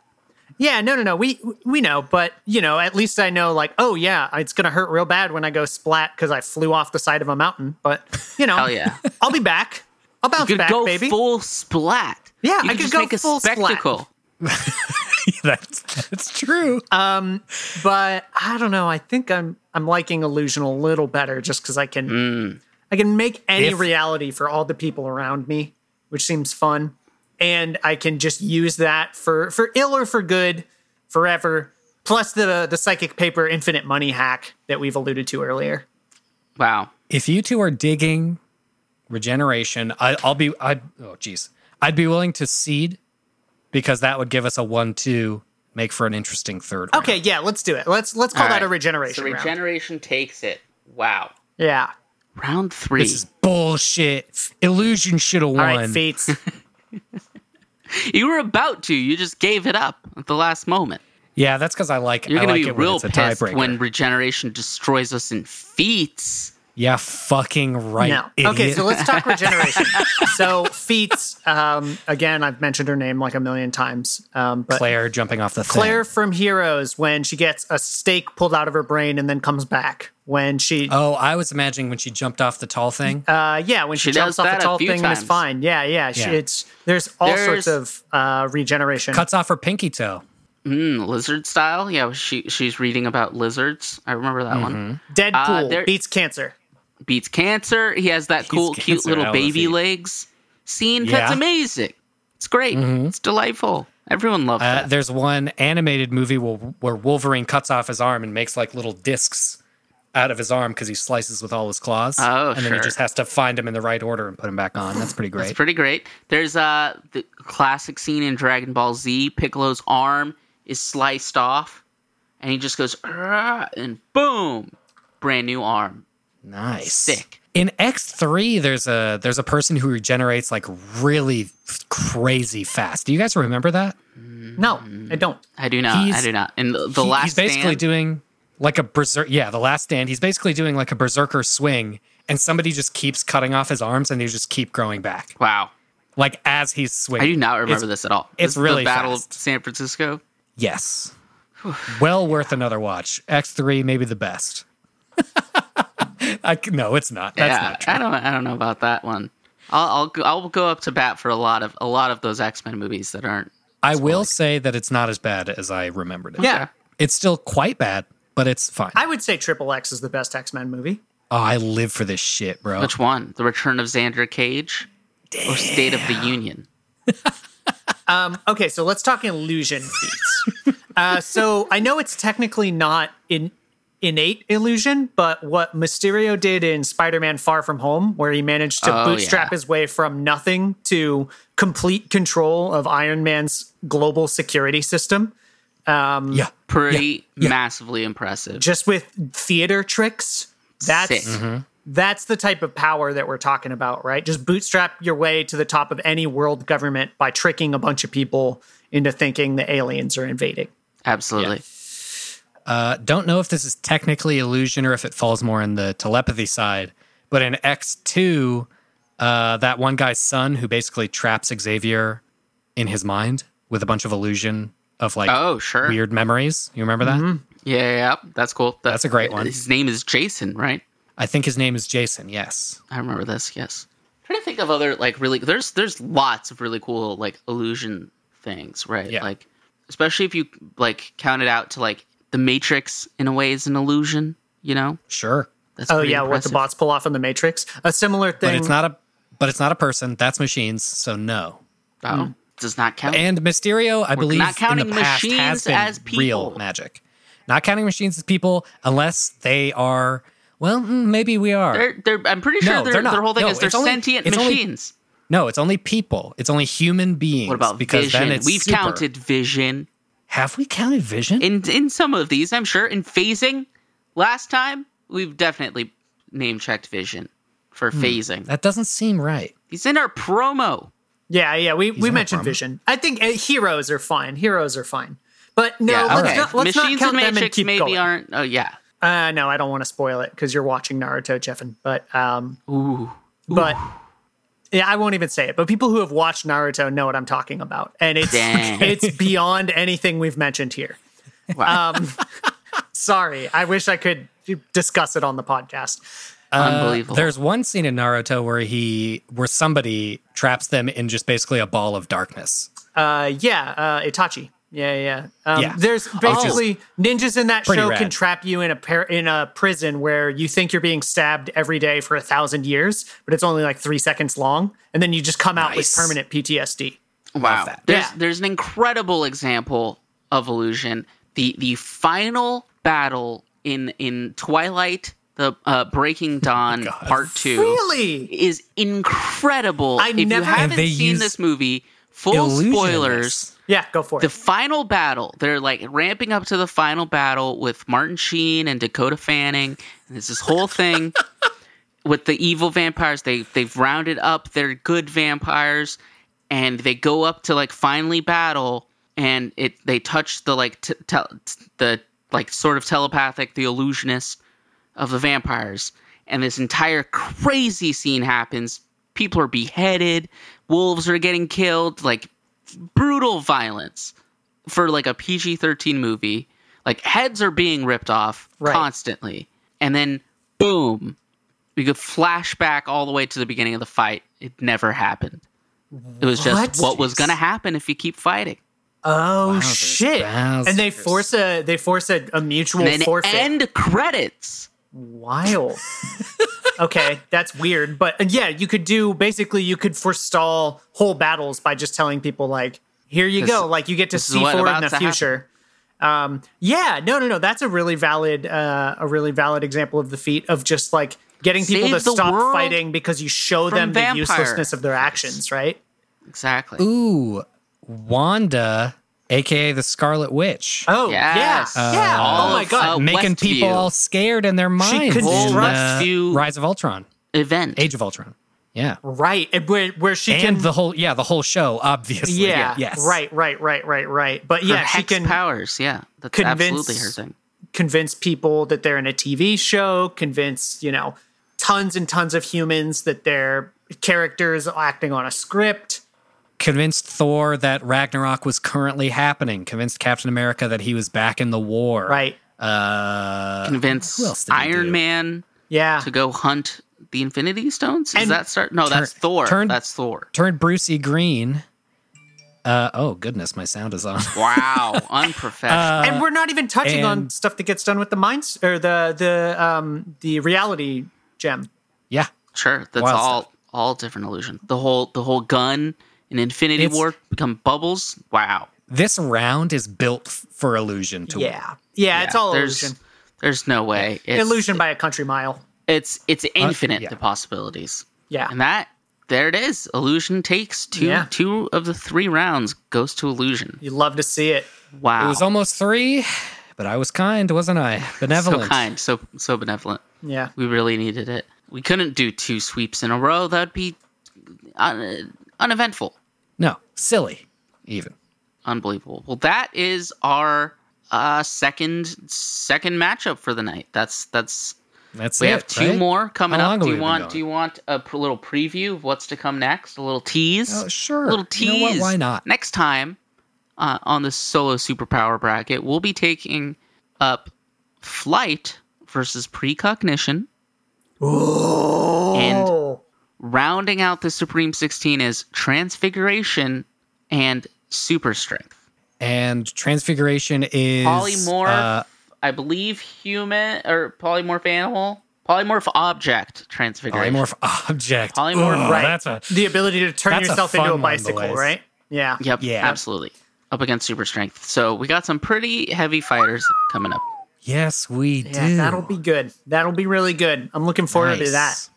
Yeah, no, no, no. We we know, but you know, at least I know. Like, oh yeah, it's gonna hurt real bad when I go splat because I flew off the side of a mountain. But you know,
Hell yeah.
I'll be back. I'll bounce
You could
back,
go
baby.
full splat.
Yeah,
you
I could
just
go
make a
full splat.
spectacle.
that's that's true.
Um, but I don't know. I think I'm I'm liking illusion a little better just because I can
Mm.
I can make any
If-
reality for all the people around me, which seems fun, and I can just use that for for ill or for good forever. Plus the the psychic paper infinite money hack that we've alluded to earlier.
Wow.
if you two are digging regeneration, I, I'll be. I oh jeez, I'd be willing to seed because that would give us a one-two, make for an interesting third. round.
Okay, yeah, let's do it. Let's let's call
All
that
right.
a regeneration.
So
round.
regeneration takes it. Wow.
Yeah.
Round three.
This is bullshit. Illusion should have won.
All right, fates.
You were about to. You just gave it up at the last moment.
yeah, that's because I like.
You're
I
gonna
like
be
it
real
when it's a
pissed
tiebreaker.
when regeneration destroys us in feats.
yeah, fucking right.
No.
Idiot.
Okay, so let's talk regeneration. so Feats, um, again, I've mentioned her name like a million times. Um, but Claire.
Claire jumping off the thing.
from Heroes, when she gets a stake pulled out of her brain and then comes back. When she,
Oh, I was imagining when she jumped off the tall thing.
uh, yeah, when she,
She
jumps
does
off
that
a
a
tall
few
thing and is
times.
fine. Yeah, yeah. She,
Yeah.
It's there's all
There's-
sorts of uh, regeneration.
Cuts off her pinky toe.
Mm, lizard style. Yeah, she she's reading about lizards. I remember that one.
Mm-hmm.
Deadpool
uh, there-
beats cancer.
Beats cancer. He has that cool, cute
cancer, I
little
love
baby
it.
legs scene.
Yeah. Mm-hmm.
That's amazing. It's great. It's delightful. Everyone loves
Uh,
that.
there's one animated movie where, where Wolverine cuts off his arm and makes like little discs out of his arm because he slices with all his claws.
Oh,
and then he
sure.
just has to find them in the right order and put them back on. That's pretty great.
It's pretty great. There's uh the classic scene in Dragon Ball Z. Piccolo's arm is sliced off, and he just goes "Arrgh," and boom, brand new arm.
Nice.
Sick.
In X3, there's a there's a person who regenerates like really f- crazy fast. Do you guys remember that?
No, I don't.
I do not. I
He's-
do not. And the, the
He-
last
he's basically
stand,
doing like a berserk yeah, the last stand. He's basically doing like a berserker swing and somebody just keeps cutting off his arms and they just keep growing back.
Wow.
Like as he's swinging.
I do not remember
It's-
this at all.
it's
This is
really
the Battle
fast.
of San Francisco.
Yes. well worth another watch. X3 maybe the best. I c no, it's not. That's
yeah,
not true.
I don't. I don't know about that one. I'll I'll go, I'll go up to bat for a lot of a lot of those X Men movies that aren't.
I will say that it's not as bad as I remembered it.
Yeah.
It's still quite bad, but it's fine.
I would say Triple X is the best X Men movie.
oh, I live for this shit, bro.
Which one? The Return of Xander Cage or State of the Union?
Um, okay, so let's talk illusion feats. uh, so I know it's technically not in innate illusion, but what Mysterio did in Spider-Man: Far From Home, where he managed to
Oh,
bootstrap
yeah.
his way from nothing to complete control of Iron Man's global security system,
yeah.
Pretty massively impressive.
just with theater tricks. That's
Sick. Mm-hmm.
that's the type of power that we're talking about, right? Just bootstrap your way to the top of any world government by tricking a bunch of people into thinking the aliens are invading.
Absolutely.
Uh, don't know if this is technically illusion or if it falls more in the telepathy side, but in X2, uh, that one guy's son who basically traps Xavier in his mind with a bunch of illusion of like
Oh sure. Mm-hmm.
weird memories. You remember that?
Yeah, yeah, yeah. that's cool. That-
That's a great one.
His name is Jason, right?
I think his name is Jason. Yes.
I remember this. Yes. trying to think of other like really. There's there's lots of really cool like illusion things, right?
Yeah.
Like especially if you like count it out to like the Matrix in a way is an illusion. You know.
Sure.
That's
Oh
pretty
yeah, what the
impressive.
bots pull off in the Matrix. A similar thing.
But it's not a but it's not a person. That's machines. So no.
Oh, does not count.
Mm. And Mysterio, I believe,
not counting
in the past
machines
has been
as people.
real magic. Not counting machines as people, unless they are. Well, mm, maybe we are.
they're, they're, I'm pretty sure
No,
their-
they're not.
their whole thing
No,
is they're
it's only-
sentient
it's only-
machines.
no, it's only people. It's only human beings.
what about
because
vision?
then it's
We've
super.
counted vision
Have we counted vision?
in in some of these, I'm sure. In phasing, last time we've definitely name checked vision for
Hmm.
phasing.
that doesn't seem right.
He's in our promo.
yeah, yeah. We we
not
mentioned
from-
Vision. I think uh, heroes are fine. Heroes are fine. But no,
Yeah,
let's,
okay.
not, let's not
Machines
count
and
them and
Matrix
keep
maybe
going.
aren't. Oh yeah.
uh, no, I don't want to spoil it because you're watching Naruto, Jeffin. But um,
Ooh.
but yeah, I won't even say it. But people who have watched Naruto know what I'm talking about, and it's
Dang.
it's beyond anything we've mentioned here.
Um,
Wow.
uh,
Sorry, I wish I could discuss it on the podcast.
Unbelievable.
There's one scene in Naruto where he, where somebody traps them in just basically a ball of darkness.
Uh, yeah, uh, Itachi. Yeah, yeah. Um,
Yeah. Oh.
There's basically ninjas in that
pretty
show can
rad.
trap you in a par- in a prison where you think you're being stabbed every day for a thousand years, but it's only like three seconds long, and then you just come out with
Nice.
permanent PTSD.
Wow.
that.
There's
Yeah.
there's an incredible example of illusion. The the final battle in in Twilight, the uh, Breaking Dawn Part Two,
Really?
is incredible.
I
if you
never- And
haven't
they
seen
use
this movie, full
Illusion in
spoilers.
this.
Yeah, go for it.
The final battle. They're like ramping up to the final battle with Martin Sheen and Dakota Fanning. And it's this whole thing with the evil vampires. They they've rounded up their good vampires, and they go up to like finally battle. And it they touch the like t- tel the like sort of telepathic the illusionist of the vampires. And this entire crazy scene happens. People are beheaded. Wolves are getting killed. Like brutal violence for like a PG 13 movie. Like heads are being ripped off
Right.
constantly. And then boom, we could flash back all the way to the beginning of the fight. It never happened. It was just
What?
what was going to happen if you keep fighting.
oh shit!
thousands.
And they force a they force a, a mutual
And then
forfeit.
end credits.
Wild. okay, that's weird, but uh, yeah, you could do basically you could forestall whole battles by just telling people like, here you
This-
go, like you get to
this is
see
what
forward in
about
the
to happen.
future. Um, yeah, no, no, no, that's a really valid uh, a really valid example of the feat of just like getting people
Save
to
the
stop
world
fighting because you show
from
them the
vampire
uselessness of their
fights.
actions, right?
Exactly.
Ooh, Wanda aka the Scarlet Witch,
Oh,
Yes.
yeah. Yeah.
Uh,
oh my god.
uh,
making
Westview.
people all scared in their minds. in, uh,
Westview-
Rise of Ultron,
Event.
Age of Ultron. Yeah,
right. And where where she
and
can
the whole yeah the whole show obviously.
yeah,
yes,
Right, right, right, right, right. But
Her
yeah, she
hex
can
powers. Yeah, that's
convince-
absolutely her thing.
convince people that they're in a TV show, convince, you know, tons and tons of humans that their characters acting on a script.
Convinced Thor that Ragnarok was currently happening. Convinced Captain America that he was back in the war.
Right.
Uh, who else
Convince
did he
Iron
do?
Man
Yeah.
to go hunt the Infinity Stones. Is
And
that start? No, that's
turn-
Thor.
turn-
that's Thor.
turned Brucey green. Uh, oh goodness, my sound is on.
Wow, unprofessional.
and we're not even touching on
and-
stuff that gets done with the minds or the the um the reality gem.
yeah,
sure, that's
wild
all
stuff.
all different illusion. The whole the whole gun and Infinity
It's-
War become bubbles. Wow.
this round is built f- for illusion to
Yeah.
win.
yeah. it's
Yeah,
all
there's,
illusion.
There's no way. It's,
illusion by a country mile.
It's it's infinite
yeah.
the possibilities.
Yeah.
And that there it is. Illusion takes two
Yeah.
two of the three rounds goes to illusion.
You love to see it.
Wow.
It was almost three, but I was kind, wasn't I? Benevolent.
So kind, so so benevolent.
Yeah.
We really needed it. We couldn't do two sweeps in a row. That'd be un- uneventful,
No, silly. Even
unbelievable. Well, that is our uh, second second matchup for the night. That's that's
that's
we
it.
have two
right?
more coming
How long
up.
have
Do
we
you
been
want
going?
do you want a pr- little preview of what's to come next? A little tease.
Oh, sure.
A little tease.
You know what? Why not?
Next time uh, on the solo superpower bracket, we'll be taking up flight versus precognition. And
Oh.
rounding out the Supreme 16 is transfiguration and super strength.
And transfiguration is
Polymorph,
uh,
I believe human or polymorph animal, polymorph object transfiguration.
polymorph object.
Polymorph,
Ugh,
right.
That's a
the ability to turn
That's a
yourself
fun
into a
one,
bicycle,
boys.
right? Yeah.
Yep.
Yeah.
Absolutely. Up against super strength. So we got some pretty heavy fighters coming up.
yes, we
Yeah,
do.
that'll be good. That'll be really good. I'm looking forward
Nice.
to that.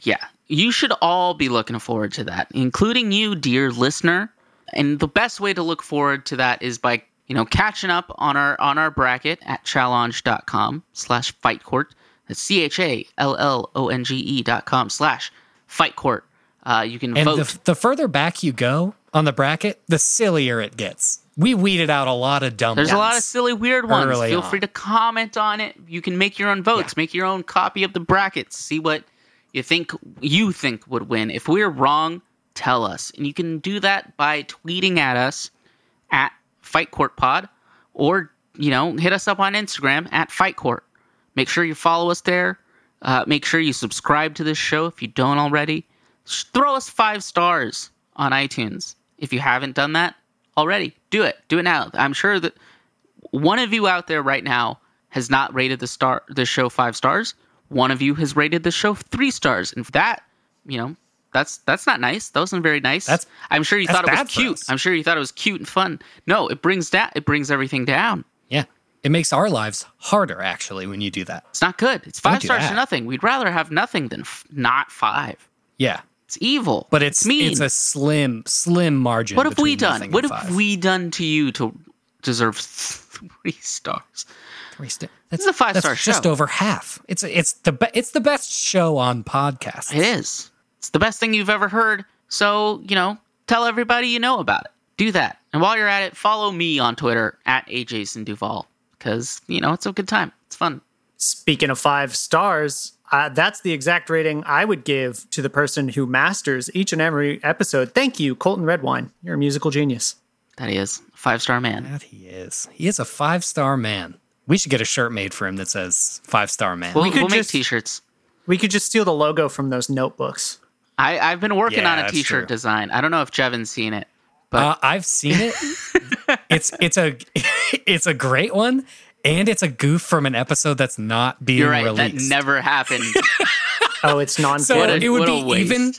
Yeah. You should all be looking forward to that, including you, dear listener. And the best way to look forward to that is by, you know, catching up on our on our bracket at challenge.com slash fight court. That's C H A L L O N G E dot com slash fight court. Uh, you can
And
vote.
the, the further back you go on the bracket, the sillier it gets. We weeded out a lot of dumb.
There's a lot
ones.
of silly, weird ones.
Early
Feel
on.
free to comment on it. You can make your own votes, make your own copy of the brackets, see what you think you think would win. If we're wrong, tell us. And you can do that by tweeting at us at Fight Court Pod, or you know, hit us up on Instagram at Fight Court. Make sure you follow us there. Uh, make sure you subscribe to this show if you don't already. Sh- Throw us five stars on iTunes if you haven't done that already. Do it. Do it now. I'm sure that one of you out there right now has not rated the star the show five stars. One of you has rated the show three stars, and that you know that's that's not nice. That wasn't very nice.
That's-
I'm sure you
that's
thought it was
bad for
cute.
us.
I'm sure you thought it was cute and fun. No, it brings that it brings everything down.
Yeah, it makes our lives harder actually when you do that.
It's not good. It's five
do
stars
that.
to nothing. We'd rather have nothing than f- not five.
Yeah,
It's evil.
but it's
mean.
it's a slim slim margin.
what have we
between
done?
nothing
What
and
have
five.
we done to you to deserve three stars?
Three sta- That's
a five-star
that's Just
show.
over half. It's it's the be- it's the best show on podcasts.
It is. It's the best thing you've ever heard. So, you know, tell everybody you know about it. Do that. And while you're at it, follow me on Twitter at AJason Duval because, you know, it's a good time. It's fun.
Speaking of five stars, uh, that's the exact rating I would give to the person who masters each and every episode. Thank you, Colton Redwine. You're a musical genius.
That he is. Five star man.
That he is. He is a five star man. We should get a shirt made for him that says five star man.
We'll, we
We could
will make
just-
t shirts.
We could just steal the logo from those notebooks.
I, I've been working
Yeah,
on a
that's
t shirt
true.
design. I don't know if Jevin's seen it.
uh, I've seen it. it's it's a it's a great one, and it's a goof from an episode that's not being
You're right.
released.
That never happened.
Oh, it's non
so
a-
it would
what a
be
waste.
even.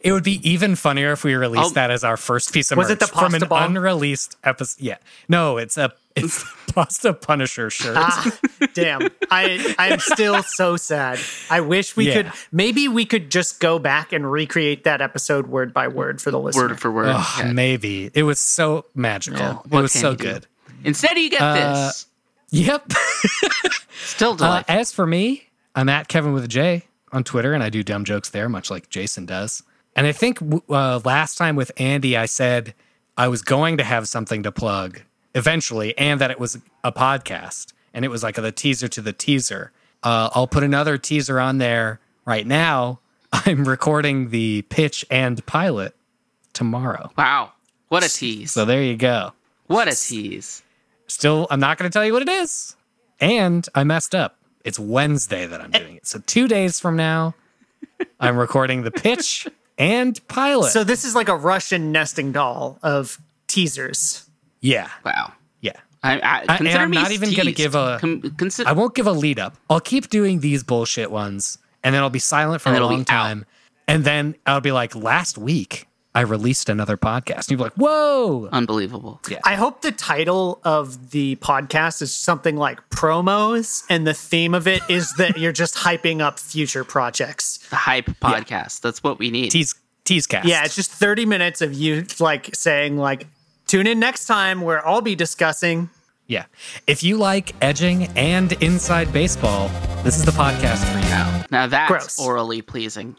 It would be even funnier if we released
Oh.
that as our first piece of
Was it
merch
the
from an
pasta ball?
unreleased episode. Yeah, no, it's a It's the Pasta Punisher shirt.
Ah, damn. I I am still so sad. I wish we
Yeah.
could maybe we could just go back and recreate that episode word by word for the listener.
word for word.
Ugh,
Yeah.
Maybe it was so magical. It
What
was
can
so
you do?
good.
Instead, you get this.
Yep.
Still
Uh,
delightful.
as for me, I'm at Kevin with a J on Twitter, and I do dumb jokes there, much like Jason does. And I think w- uh, last time with Andy, I said I was going to have something to plug eventually, and that it was a podcast, and it was like the teaser to the teaser. Uh, I'll put another teaser on there right now. I'm recording the pitch and pilot tomorrow,
wow, what a tease!
so there you go.
What a tease!
Still, I'm not going to tell you what it is. And I messed up. It's Wednesday that I'm doing it. So, two days from now, I'm recording the pitch and pilot.
So this is like a Russian nesting doll of teasers.
yeah.
Wow.
Yeah.
I, I,
and
consider
I'm
me
not even gonna
teased.
give a-
Com- consider,
I won't give a lead up. I'll keep doing these bullshit ones and then I'll be silent for a
And it'll be
long
out.
time. And then I'll be like, last week, I released another podcast. And you'll be like, whoa.
unbelievable.
Yeah.
I hope the title of the podcast is something like promos, and the theme of it is that you're just hyping up future projects.
The hype podcast. That's what we need.
Tease, tease cast.
Yeah, it's just 30 minutes of you like saying like, tune in next time where I'll be discussing
Yeah. If you like edging and inside baseball, this is the podcast for you.
Now that's
Gross.
orally pleasing.